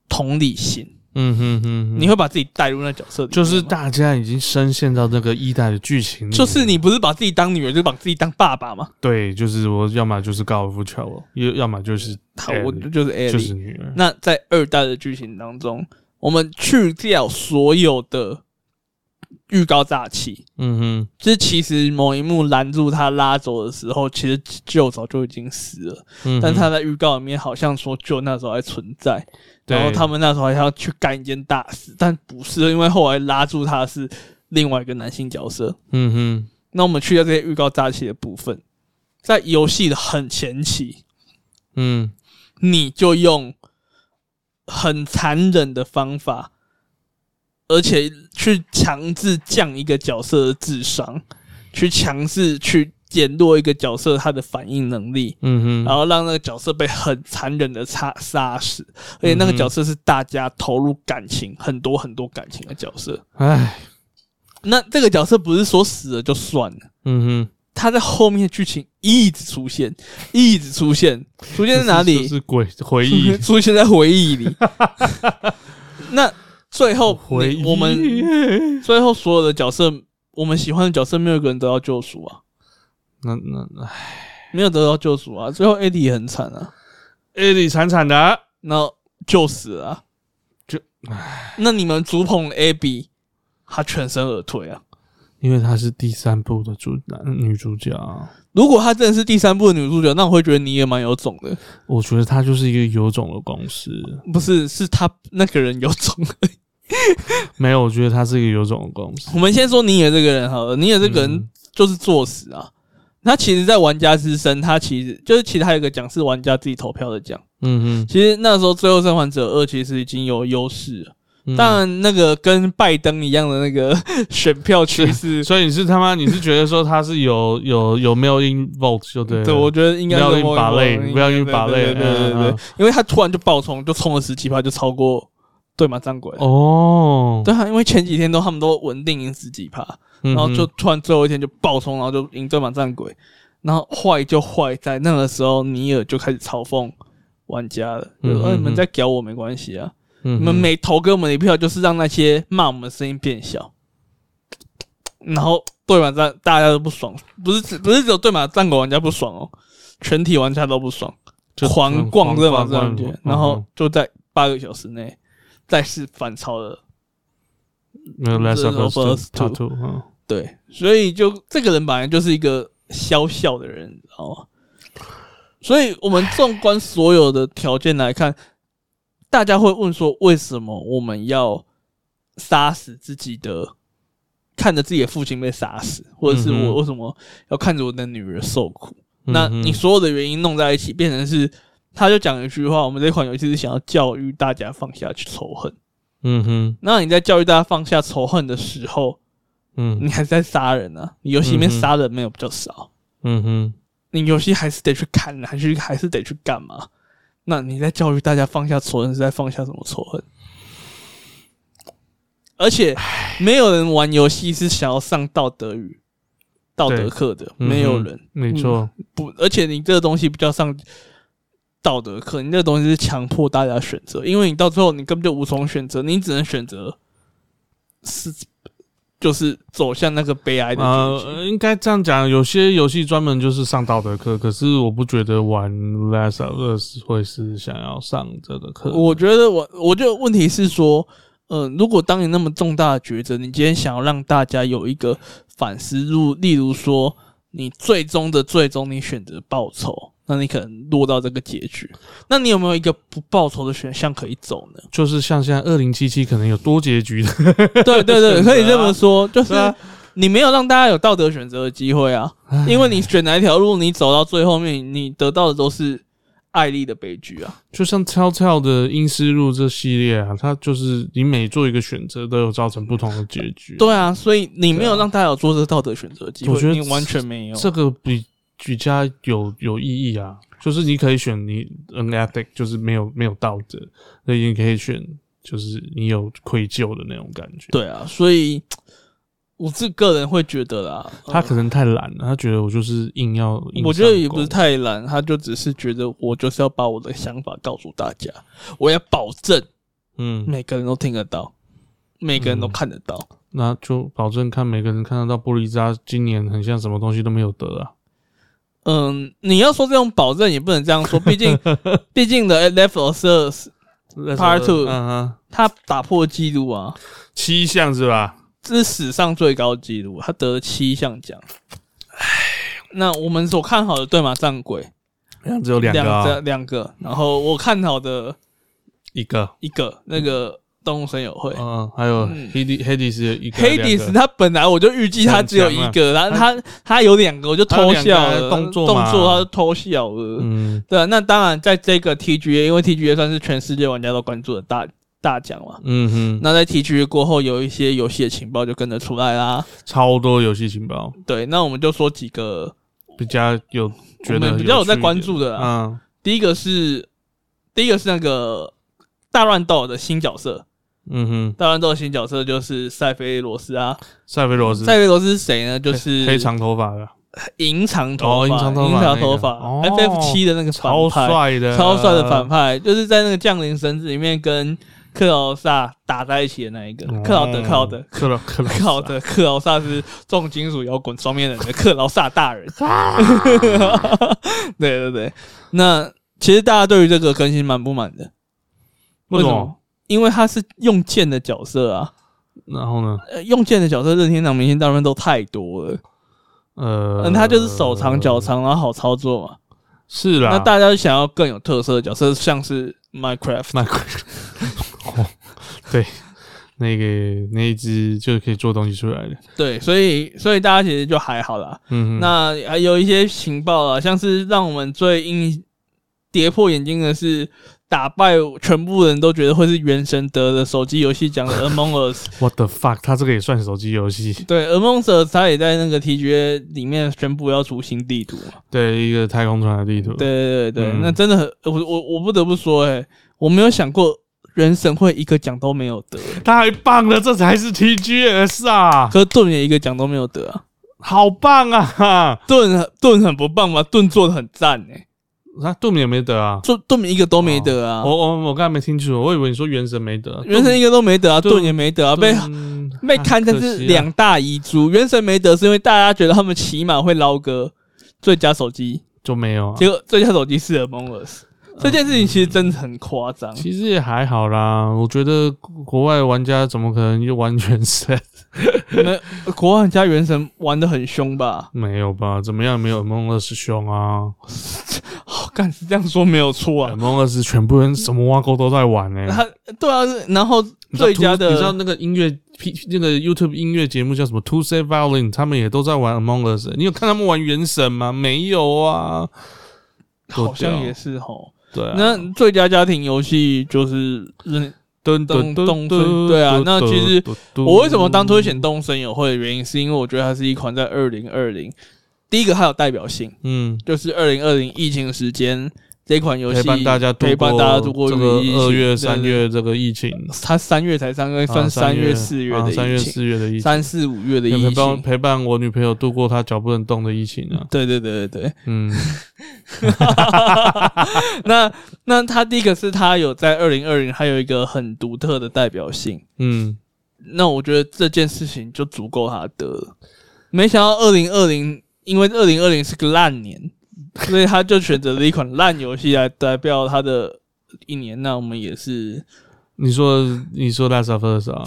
[SPEAKER 2] 同理心，
[SPEAKER 1] 嗯哼哼，
[SPEAKER 2] 你会把自己带入那角色里面吗，
[SPEAKER 1] 就是大家已经深陷到那个一代的剧情里面，
[SPEAKER 2] 就是你不是把自己当女儿，就是把自己当爸爸嘛。
[SPEAKER 1] 对，就是我要么就是高尔夫球，要要么就是
[SPEAKER 2] 好，
[SPEAKER 1] 艾莉
[SPEAKER 2] 我就是 Ellie。
[SPEAKER 1] 就是女儿，
[SPEAKER 2] 那在二代的剧情当中，我们去掉所有的预告炸气，
[SPEAKER 1] 嗯哼，
[SPEAKER 2] 就是其实某一幕拦住他拉走的时候，其实就早就已经死了。
[SPEAKER 1] 嗯哼
[SPEAKER 2] 但是他在预告里面好像说就那时候还存在，
[SPEAKER 1] 对
[SPEAKER 2] 然后他们那时候还要去干一件大事，但不是，因为后来拉住他的是另外一个男性角色。
[SPEAKER 1] 嗯哼，
[SPEAKER 2] 那我们去掉这些预告炸气的部分，在游戏的很前期，
[SPEAKER 1] 嗯
[SPEAKER 2] 你就用很残忍的方法，而且去强制降一个角色的智商，去强制去减弱一个角色他的反应能力，
[SPEAKER 1] 嗯
[SPEAKER 2] 然
[SPEAKER 1] 哼，
[SPEAKER 2] 后让那个角色被很残忍的杀杀死，而且
[SPEAKER 1] 嗯
[SPEAKER 2] 那个角色是大家投入感情很多很多感情的角色。
[SPEAKER 1] 哎，
[SPEAKER 2] 那这个角色不是说死了就算了，
[SPEAKER 1] 嗯哼，
[SPEAKER 2] 他在后面的剧情一直出现，一直出现，出现在哪
[SPEAKER 1] 就
[SPEAKER 2] 里？，
[SPEAKER 1] 是鬼回忆
[SPEAKER 2] [LAUGHS] 出现在回
[SPEAKER 1] [LAUGHS]
[SPEAKER 2] 忆里。那最后你
[SPEAKER 1] 回忆，
[SPEAKER 2] 我
[SPEAKER 1] [LAUGHS]
[SPEAKER 2] 们最后所有的角色，我们喜欢的角色，没有一个人得到救赎啊，
[SPEAKER 1] 那那那
[SPEAKER 2] 没有得到救赎啊。最后艾迪也很惨啊，
[SPEAKER 1] 艾莉惨惨的，
[SPEAKER 2] 然后就死了啊、
[SPEAKER 1] 就
[SPEAKER 2] 那你们主捧 AB，他全身而退啊！
[SPEAKER 1] 因为她是第三部的主男女主角。
[SPEAKER 2] 如果她真的是第三部的女主角，那我会觉得你也蛮有种的。
[SPEAKER 1] 我觉得它就是一个有种的公司，
[SPEAKER 2] 不是，是他那个人有种。
[SPEAKER 1] 没有，我觉得它是一个有种的公司。
[SPEAKER 2] [LAUGHS] 我们先说你也这个人好了，你也这个人
[SPEAKER 1] 嗯
[SPEAKER 2] 就是作死啊！他其实，在玩家之声，他其实就是其实还有一个奖是玩家自己投票的奖。
[SPEAKER 1] 嗯
[SPEAKER 2] 其实那时候《最后生还者二》其实已经有优势了，
[SPEAKER 1] 哼，
[SPEAKER 2] 当然那个跟拜登一样的那个 [LAUGHS] 选票趋势
[SPEAKER 1] 嗯，所以你是他妈，你是觉得说它是有 [LAUGHS] 有有没有 in vote 就对了。
[SPEAKER 2] 对，我觉得应该是
[SPEAKER 1] 不要硬
[SPEAKER 2] Moe
[SPEAKER 1] 拔
[SPEAKER 2] Moe
[SPEAKER 1] 泪
[SPEAKER 2] 应该
[SPEAKER 1] 不要硬
[SPEAKER 2] 对
[SPEAKER 1] 拔泪
[SPEAKER 2] 对对对对
[SPEAKER 1] 嗯嗯
[SPEAKER 2] 对
[SPEAKER 1] 嗯，
[SPEAKER 2] 因为他突然就爆冲，就冲了十几趴，就超过对马战鬼。
[SPEAKER 1] 哦，嗯
[SPEAKER 2] 对啊，因为前几天都他们都稳定赢十几趴，
[SPEAKER 1] 然
[SPEAKER 2] 然后就突然最后一天就爆冲，然后就赢对马战鬼。然后坏就坏在那个时候，尼尔就开始嘲讽玩家了，就
[SPEAKER 1] 嗯
[SPEAKER 2] 说：“
[SPEAKER 1] 嗯
[SPEAKER 2] 哎你们
[SPEAKER 1] 嗯
[SPEAKER 2] 在屌我没关系啊，
[SPEAKER 1] 你
[SPEAKER 2] 你们每投给我们的一票，就是让那些骂我们的声音变小。然后对马战大家都不爽，不是只不是只有对马战狗玩家不爽哦，全体玩家都不爽，
[SPEAKER 1] 就
[SPEAKER 2] 狂
[SPEAKER 1] 逛
[SPEAKER 2] 逛对马
[SPEAKER 1] 逛
[SPEAKER 2] 战
[SPEAKER 1] 逛
[SPEAKER 2] 局
[SPEAKER 1] 逛，
[SPEAKER 2] 然
[SPEAKER 1] 嗯
[SPEAKER 2] 后
[SPEAKER 1] 嗯
[SPEAKER 2] 就在八个小时内再次反超了。
[SPEAKER 1] 没有 Last of
[SPEAKER 2] Last of
[SPEAKER 1] Us
[SPEAKER 2] Us
[SPEAKER 1] Two 嗯
[SPEAKER 2] Two 对，所以就这个人本来就是一个消笑的人，你知道吗？所以我们纵观所有的条件来看，大家会问说，为什么我们要杀死自己的，看着自己的父亲被杀死，或者是
[SPEAKER 1] 嗯哼
[SPEAKER 2] 我为什么要看着我的女儿受苦？
[SPEAKER 1] 嗯
[SPEAKER 2] 那
[SPEAKER 1] 嗯
[SPEAKER 2] 你所有的原因弄在一起，变成是，他就讲一句话：我们这款游戏是想要教育大家放下仇恨。
[SPEAKER 1] 嗯哼
[SPEAKER 2] 那你在教育大家放下仇恨的时候，
[SPEAKER 1] 嗯
[SPEAKER 2] 你还是在杀人啊！你游戏里面
[SPEAKER 1] 嗯哼
[SPEAKER 2] 杀人没有比较少，
[SPEAKER 1] 嗯哼
[SPEAKER 2] 你游戏还是得去砍人，还是还是得去干嘛？那你在教育大家放下仇恨，是在放下什么仇恨？而且没有人玩游戏是想要上道德语、道德
[SPEAKER 1] 对
[SPEAKER 2] 课的，
[SPEAKER 1] 嗯
[SPEAKER 2] 没有
[SPEAKER 1] 哼
[SPEAKER 2] 人
[SPEAKER 1] 没
[SPEAKER 2] 嗯
[SPEAKER 1] 错
[SPEAKER 2] 不。而且你这个东西不叫上道德课，你这个东西是强迫大家选择，因为你到最后你根本就无从选择，你只能选择是就是走向那个悲哀的结局。
[SPEAKER 1] 呃，应该这样讲，有些游戏专门就是上道德课，可是我不觉得玩 Last of Us 会是想要上这个课。
[SPEAKER 2] 我觉得我，我觉得问题是说，呃，如果当你那么重大的抉择，你今天想要让大家有一个反思路，例如说，你最终的最终你选择报仇，那你可能落到这个结局，那你有没有一个不报仇的选项可以走
[SPEAKER 1] [LAUGHS]
[SPEAKER 2] 呢？
[SPEAKER 1] 就是像现在二零七七可能有多结局的， [LAUGHS]
[SPEAKER 2] 对对对，
[SPEAKER 1] 选择啊
[SPEAKER 2] 可以这么说，就是
[SPEAKER 1] 对啊
[SPEAKER 2] 你没有让大家有道德选择的机会啊，因为你选哪一条路，你走到最后面，你得到的都是艾丽的悲剧啊。
[SPEAKER 1] 就像《跳跳的《阴尸路》这系列啊，它就是你每做一个选择都有造成不同的结局。
[SPEAKER 2] 对啊，所以你没
[SPEAKER 1] 对
[SPEAKER 2] 有
[SPEAKER 1] 啊
[SPEAKER 2] 让大家有做这个道德选择的机会，
[SPEAKER 1] 我觉得
[SPEAKER 2] 你完全没有。
[SPEAKER 1] [LAUGHS] 这个比举家有有意义啊，就是你可以选你 unethic，就是没有没有道德，那你可以选就是你有愧疚的那种感觉。，
[SPEAKER 2] 对啊，所以我自个人会觉得啦，
[SPEAKER 1] 他
[SPEAKER 2] 呃
[SPEAKER 1] 可能太懒了，他觉得我就是硬要硬上
[SPEAKER 2] 我觉得也
[SPEAKER 1] 钩
[SPEAKER 2] 不是太懒，他就只是觉得我就是要把我的想法告诉大家，我要保证
[SPEAKER 1] 嗯，
[SPEAKER 2] 每个人都听得到，每个人都看得到。
[SPEAKER 1] 那就保证看每个人看得到玻璃渣，今年很像什么东西都没有得啊。
[SPEAKER 2] 嗯，你要说这种保证也不能这样说，毕
[SPEAKER 1] [LAUGHS]
[SPEAKER 2] 竟毕竟的 Left of Us
[SPEAKER 1] 那
[SPEAKER 2] Part two
[SPEAKER 1] 嗯哼，
[SPEAKER 2] 他打破纪录啊，
[SPEAKER 1] 七项是吧？
[SPEAKER 2] 这是史上最高纪录，他得了七项奖。那我们所看好的对马战鬼
[SPEAKER 1] 好像只有两个、
[SPEAKER 2] 两
[SPEAKER 1] 啊，
[SPEAKER 2] 两个，然后我看好的
[SPEAKER 1] 一个，
[SPEAKER 2] 一个那个动物森友会。
[SPEAKER 1] 嗯，还有
[SPEAKER 2] 嗯
[SPEAKER 1] Hades Hades 有一个啊
[SPEAKER 2] 黑迪斯他本来我就预计他只有一个，然后他他有两个，我就偷笑
[SPEAKER 1] 他有两
[SPEAKER 2] 了
[SPEAKER 1] 个动作
[SPEAKER 2] 动
[SPEAKER 1] 嘛
[SPEAKER 2] 作他就偷笑了。
[SPEAKER 1] 嗯
[SPEAKER 2] 对啊，那当然在这个 TGA，因为 TGA 算是全世界玩家都关注的大大奖嘛。
[SPEAKER 1] 嗯哼，
[SPEAKER 2] 那在 TGA 过后，有一些游戏的情报就跟着出来啦。
[SPEAKER 1] 超多游戏情报，
[SPEAKER 2] 对，那我们就说几个
[SPEAKER 1] 比较有觉
[SPEAKER 2] 我
[SPEAKER 1] 得
[SPEAKER 2] 们比较有
[SPEAKER 1] 有趣一
[SPEAKER 2] 在
[SPEAKER 1] 点
[SPEAKER 2] 关注的啦。
[SPEAKER 1] 嗯
[SPEAKER 2] 第一个是第一个是那个大乱斗的新角色，
[SPEAKER 1] 嗯哼，
[SPEAKER 2] 大乱斗的新角色就是塞菲罗斯啊。
[SPEAKER 1] 塞菲罗斯
[SPEAKER 2] 塞菲罗斯是谁呢？就是
[SPEAKER 1] 黑长头发的，
[SPEAKER 2] 银长头发，
[SPEAKER 1] 哦银长头发
[SPEAKER 2] 银长头发
[SPEAKER 1] 那个哦
[SPEAKER 2] ，F F 七的那个反
[SPEAKER 1] 超
[SPEAKER 2] 派，
[SPEAKER 1] 帅的，哦
[SPEAKER 2] 超帅的反派，就是在那个降临神子里面跟克劳萨打在一起的那一个，
[SPEAKER 1] 哦，
[SPEAKER 2] 克劳德，克劳德。
[SPEAKER 1] 克劳克劳
[SPEAKER 2] [LAUGHS] 克
[SPEAKER 1] [LAUGHS]
[SPEAKER 2] 劳德，克劳萨是重金属摇滚双面人的克劳萨
[SPEAKER 1] [LAUGHS]
[SPEAKER 2] 大人。
[SPEAKER 1] 啊
[SPEAKER 2] [LAUGHS] 对对对，那其实大家对于这个更新满不满的？
[SPEAKER 1] 为什么？？
[SPEAKER 2] 因为他是用剑的角色啊，
[SPEAKER 1] 然后呢？
[SPEAKER 2] 呃用剑的角色任天堂明星大乱斗太多了，
[SPEAKER 1] 呃，
[SPEAKER 2] 嗯，他就是手长脚长，然后好操作嘛。
[SPEAKER 1] 是啊啦，
[SPEAKER 2] 那大家想要更有特色的角色，像是 Minecraft，
[SPEAKER 1] 那哦， [LAUGHS] 对，那个那一只就可以做东西出来的，
[SPEAKER 2] 对，所以所以大家其实就还好啦。
[SPEAKER 1] 嗯哼，
[SPEAKER 2] 那还有一些情报啊，像是让我们最印跌破眼镜的是，打败全部人都觉得会是原神得的手机游戏奖 [LAUGHS] 的 Among Us。
[SPEAKER 1] What the fuck，他这个也算手机游戏？
[SPEAKER 2] 对，Among Us 他也在那个 TGA 里面宣布要出新地图嘛。
[SPEAKER 1] 对，一个太空船的地图，
[SPEAKER 2] 对对对对，
[SPEAKER 1] 嗯
[SPEAKER 2] 那真的很，我我我不得不说、欸，哎，我没有想过人神会一个奖都没有得，
[SPEAKER 1] 太棒了，这才是 TGS 啊，
[SPEAKER 2] 可是盾也一个奖都没有得啊。
[SPEAKER 1] 好棒啊！
[SPEAKER 2] 盾很盾很不棒吗？盾做的很赞哎、欸，
[SPEAKER 1] 那杜米也没得啊，
[SPEAKER 2] 盾盾一个都没得啊，
[SPEAKER 1] 我我我刚才没听清楚，我以为你说原神没得，
[SPEAKER 2] 原神一个都没得啊，
[SPEAKER 1] 盾
[SPEAKER 2] 盾也没得啊，被
[SPEAKER 1] 嗯
[SPEAKER 2] 被
[SPEAKER 1] 啊
[SPEAKER 2] 堪称
[SPEAKER 1] 可
[SPEAKER 2] 是
[SPEAKER 1] 惜啊
[SPEAKER 2] 两大遗珠。原神没得是因为大家觉得他们起码会捞个最佳手机，
[SPEAKER 1] 就没有啊，
[SPEAKER 2] 结果最佳手机是 Among Us。这件事情其实真的很夸 [LAUGHS] 张，
[SPEAKER 1] 其实也还好啦，我觉得国外玩家怎么可能就玩全神？
[SPEAKER 2] 那国外加原神玩的很凶吧？
[SPEAKER 1] [LAUGHS] 没有吧？怎么样？没有 Among Us 凶啊
[SPEAKER 2] 哦，干是这样说没有错啊。
[SPEAKER 1] ！Among Us 全部人什么挖沟都在玩呢、
[SPEAKER 2] 他对啊，然后
[SPEAKER 1] 你知道
[SPEAKER 2] 最佳
[SPEAKER 1] Two- 你知道
[SPEAKER 2] 的
[SPEAKER 1] 那个音乐 P 那个 YouTube 音乐节目叫什么 Two Say Violin，他们也都在玩 Among Us。你有看他们玩原神吗？没有啊。多屌
[SPEAKER 2] 好像也是吼。
[SPEAKER 1] 对啊，
[SPEAKER 2] 那最佳家庭游戏就是任
[SPEAKER 1] 噔
[SPEAKER 2] 咚咚声对啊那其实我为什么当初会选动森友会的原因，是因为我觉得它是一款在二零二零，第一个它有代表性，
[SPEAKER 1] 嗯
[SPEAKER 2] 就是二零二零疫情时间这款游戏
[SPEAKER 1] 陪伴大家度
[SPEAKER 2] 陪伴大家度过
[SPEAKER 1] 这个
[SPEAKER 2] 疫情
[SPEAKER 1] 二月
[SPEAKER 2] 对
[SPEAKER 1] 三
[SPEAKER 2] 对
[SPEAKER 1] 月这个疫情，
[SPEAKER 2] 它三月才上，因为算
[SPEAKER 1] 啊
[SPEAKER 2] 三
[SPEAKER 1] 月
[SPEAKER 2] 四月
[SPEAKER 1] 啊
[SPEAKER 2] 的
[SPEAKER 1] 三月
[SPEAKER 2] 疫情，
[SPEAKER 1] 四月的疫情。
[SPEAKER 2] 三四五月的
[SPEAKER 1] 也
[SPEAKER 2] 疫
[SPEAKER 1] 陪伴
[SPEAKER 2] 情。
[SPEAKER 1] 陪伴我女朋友度过她脚不能动的疫情啊，
[SPEAKER 2] 对对对对对， [LAUGHS]
[SPEAKER 1] 嗯，
[SPEAKER 2] 那那它第一个是它有在二零二零，还有一个很独特的代表性。
[SPEAKER 1] 嗯，
[SPEAKER 2] 那我觉得这件事情就足够他得了。没想到二零二零，因为二零二零是个烂年，所以他就选择了一款烂游戏来代表他的一年。那我们也是，
[SPEAKER 1] 你说你说 Last of Us
[SPEAKER 2] [LAUGHS]
[SPEAKER 1] 啊，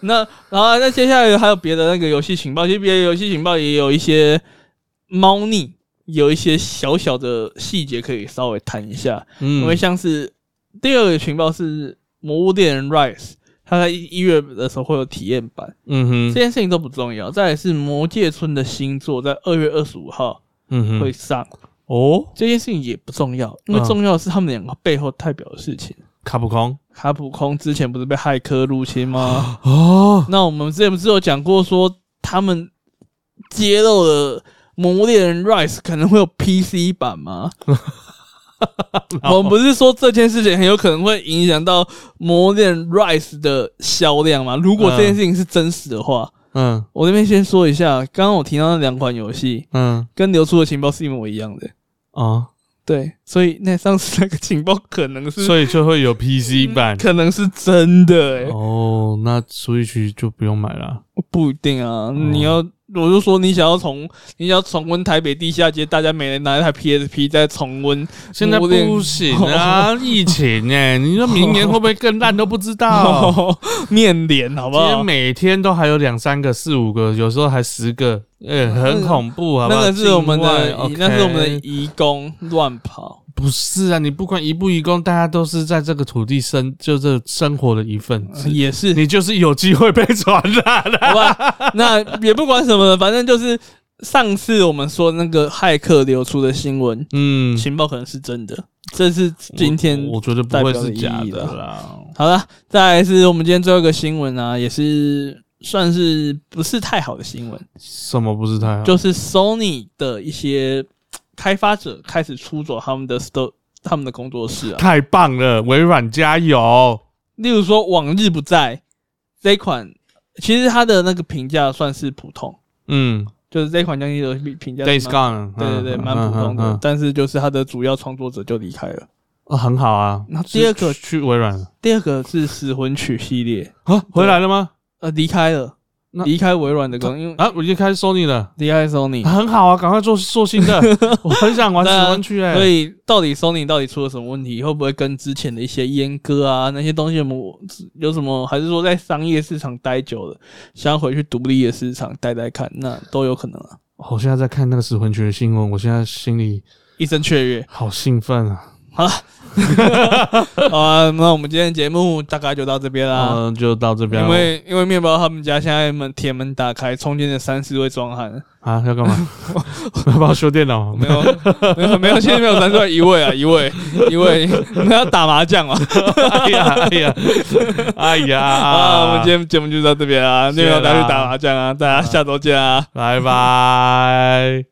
[SPEAKER 2] 那然后那接下来还有别的那个游戏情报，其实别的游戏情报也有一些猫腻，有一些小小的细节可以稍微谈一下。因为
[SPEAKER 1] 嗯，
[SPEAKER 2] 像是第二个情报是《魔物猎人 Rise》，它在一月的时候会有体验版。
[SPEAKER 1] 嗯
[SPEAKER 2] 这
[SPEAKER 1] 哼，
[SPEAKER 2] 件事情都不重要。再来是《魔界村》的新作，在二月二十五号
[SPEAKER 1] 嗯
[SPEAKER 2] 会
[SPEAKER 1] 哼，
[SPEAKER 2] 上，
[SPEAKER 1] 哦，
[SPEAKER 2] 这件事情也不重要，因为
[SPEAKER 1] 嗯
[SPEAKER 2] 重要的是他们两个背后代表的事情。
[SPEAKER 1] 卡普空
[SPEAKER 2] 卡普空之前不是被骇客入侵
[SPEAKER 1] [LAUGHS]
[SPEAKER 2] 吗？
[SPEAKER 1] 哦，
[SPEAKER 2] 那我们之前不是有讲过说，他们揭露了《魔物猎人 Rise》可能会有 PC
[SPEAKER 1] [LAUGHS]
[SPEAKER 2] 版吗？我们不是说这件事情很有可能会影响到《魔物猎人 Rise》的销量吗？如果这件事情是真实的话，
[SPEAKER 1] 嗯
[SPEAKER 2] 我这边先说一下，刚刚我提到那两款游戏
[SPEAKER 1] 嗯
[SPEAKER 2] 跟流出的情报是一模一样的，
[SPEAKER 1] 啊，
[SPEAKER 2] 对，所以那上次那个情报可能是嗯
[SPEAKER 1] 所以就会有 PC 版
[SPEAKER 2] 可能是真的、欸，
[SPEAKER 1] 哦，那 Switch 就不用买了，
[SPEAKER 2] 不一定
[SPEAKER 1] 哦
[SPEAKER 2] 啊。你要，我就说你想要从你想要重温台北地下街，大家每人拿一台 PSP 再重温，
[SPEAKER 1] 现在不行
[SPEAKER 2] [LAUGHS]
[SPEAKER 1] 啊，疫情哎，你说明年会不会更烂都不知
[SPEAKER 2] [LAUGHS]
[SPEAKER 1] 道。
[SPEAKER 2] 面脸好不
[SPEAKER 1] 哦今天
[SPEAKER 2] 好？
[SPEAKER 1] 每天都还有两三个、四五个，有时候还十个，哎、很恐怖，好不
[SPEAKER 2] 嗯那
[SPEAKER 1] 好？
[SPEAKER 2] 个是我们的
[SPEAKER 1] 境外
[SPEAKER 2] 移，那是我们的
[SPEAKER 1] OK
[SPEAKER 2] 移工乱跑。
[SPEAKER 1] 不是啊，你不管移不移工，大家都是在这个土地生，就这生活的一份子，
[SPEAKER 2] 也是，
[SPEAKER 1] 你就是有机会被传染啊的。
[SPEAKER 2] [LAUGHS]
[SPEAKER 1] [LAUGHS]
[SPEAKER 2] 好吧，那也不管什么了，反正就是上次我们说那个骇客流出的新闻，
[SPEAKER 1] 嗯，
[SPEAKER 2] 情报可能是真的，这是今天
[SPEAKER 1] 我我觉得不会是
[SPEAKER 2] 代
[SPEAKER 1] 假
[SPEAKER 2] 表的意义啦
[SPEAKER 1] 啦。
[SPEAKER 2] 好了。再来是我们今天最后一个新闻啊，也是算是不是太好的新闻，
[SPEAKER 1] 什么不是太好？
[SPEAKER 2] 就是 Sony 的一些嘖开发者开始出走他们的 sto 他们的工作室啊， [LAUGHS]
[SPEAKER 1] 太棒了，微软加油！
[SPEAKER 2] 例如说《往日不再》这一款，其实它的那个评价算是普通。
[SPEAKER 1] 嗯
[SPEAKER 2] 就是这款将机的评价是蛮
[SPEAKER 1] ，Days Gone，
[SPEAKER 2] 对对对，
[SPEAKER 1] 嗯
[SPEAKER 2] 蛮普通
[SPEAKER 1] 嗯嗯
[SPEAKER 2] 的
[SPEAKER 1] 嗯，
[SPEAKER 2] 但是就是他的主要创作者就离开了。
[SPEAKER 1] 哦很好啊。
[SPEAKER 2] 那第二个
[SPEAKER 1] 去去微软了
[SPEAKER 2] 第二个是《死魂曲》系列，
[SPEAKER 1] 啊，回来了吗？
[SPEAKER 2] 呃，离开了，
[SPEAKER 1] 那
[SPEAKER 2] 离开微软的公，因为
[SPEAKER 1] 啊，我已经开始 Sony 了。
[SPEAKER 2] 离开 Sony，
[SPEAKER 1] 很好啊，赶快做做新
[SPEAKER 2] [LAUGHS]
[SPEAKER 1] 的，我很想玩
[SPEAKER 2] 对啊
[SPEAKER 1] 十文区哎、
[SPEAKER 2] 所以到底 Sony 到底出了什么问题？会不会跟之前的一些阉割啊那些东西有没有有什么？还是说在商业市场待久了，想要回去独立的市场待待看，那都有可能啊。
[SPEAKER 1] 哦我现在在看那个死魂曲的新闻，我现在心里
[SPEAKER 2] 一声雀跃，
[SPEAKER 1] 好兴奋啊！
[SPEAKER 2] 好啊，那我们今天的节目大概就到这边啦。
[SPEAKER 1] 嗯、就到这边
[SPEAKER 2] 啊因
[SPEAKER 1] 了。
[SPEAKER 2] 为因为面包他们家现在门铁门打开，中间的三四位壮汉，
[SPEAKER 1] 啊，要干
[SPEAKER 2] [LAUGHS]
[SPEAKER 1] 嘛？要帮我修电脑？
[SPEAKER 2] 没有没有没有，现在没有三四位，一位啊一位一位，你们要打麻将啊！
[SPEAKER 1] 哎呀，哎呀，哎呀！
[SPEAKER 2] 啊，我们今天节目就到这边啊，
[SPEAKER 1] 谢
[SPEAKER 2] 面
[SPEAKER 1] 啦
[SPEAKER 2] 包大家去打麻将啊，大家下周见啊。
[SPEAKER 1] 拜拜。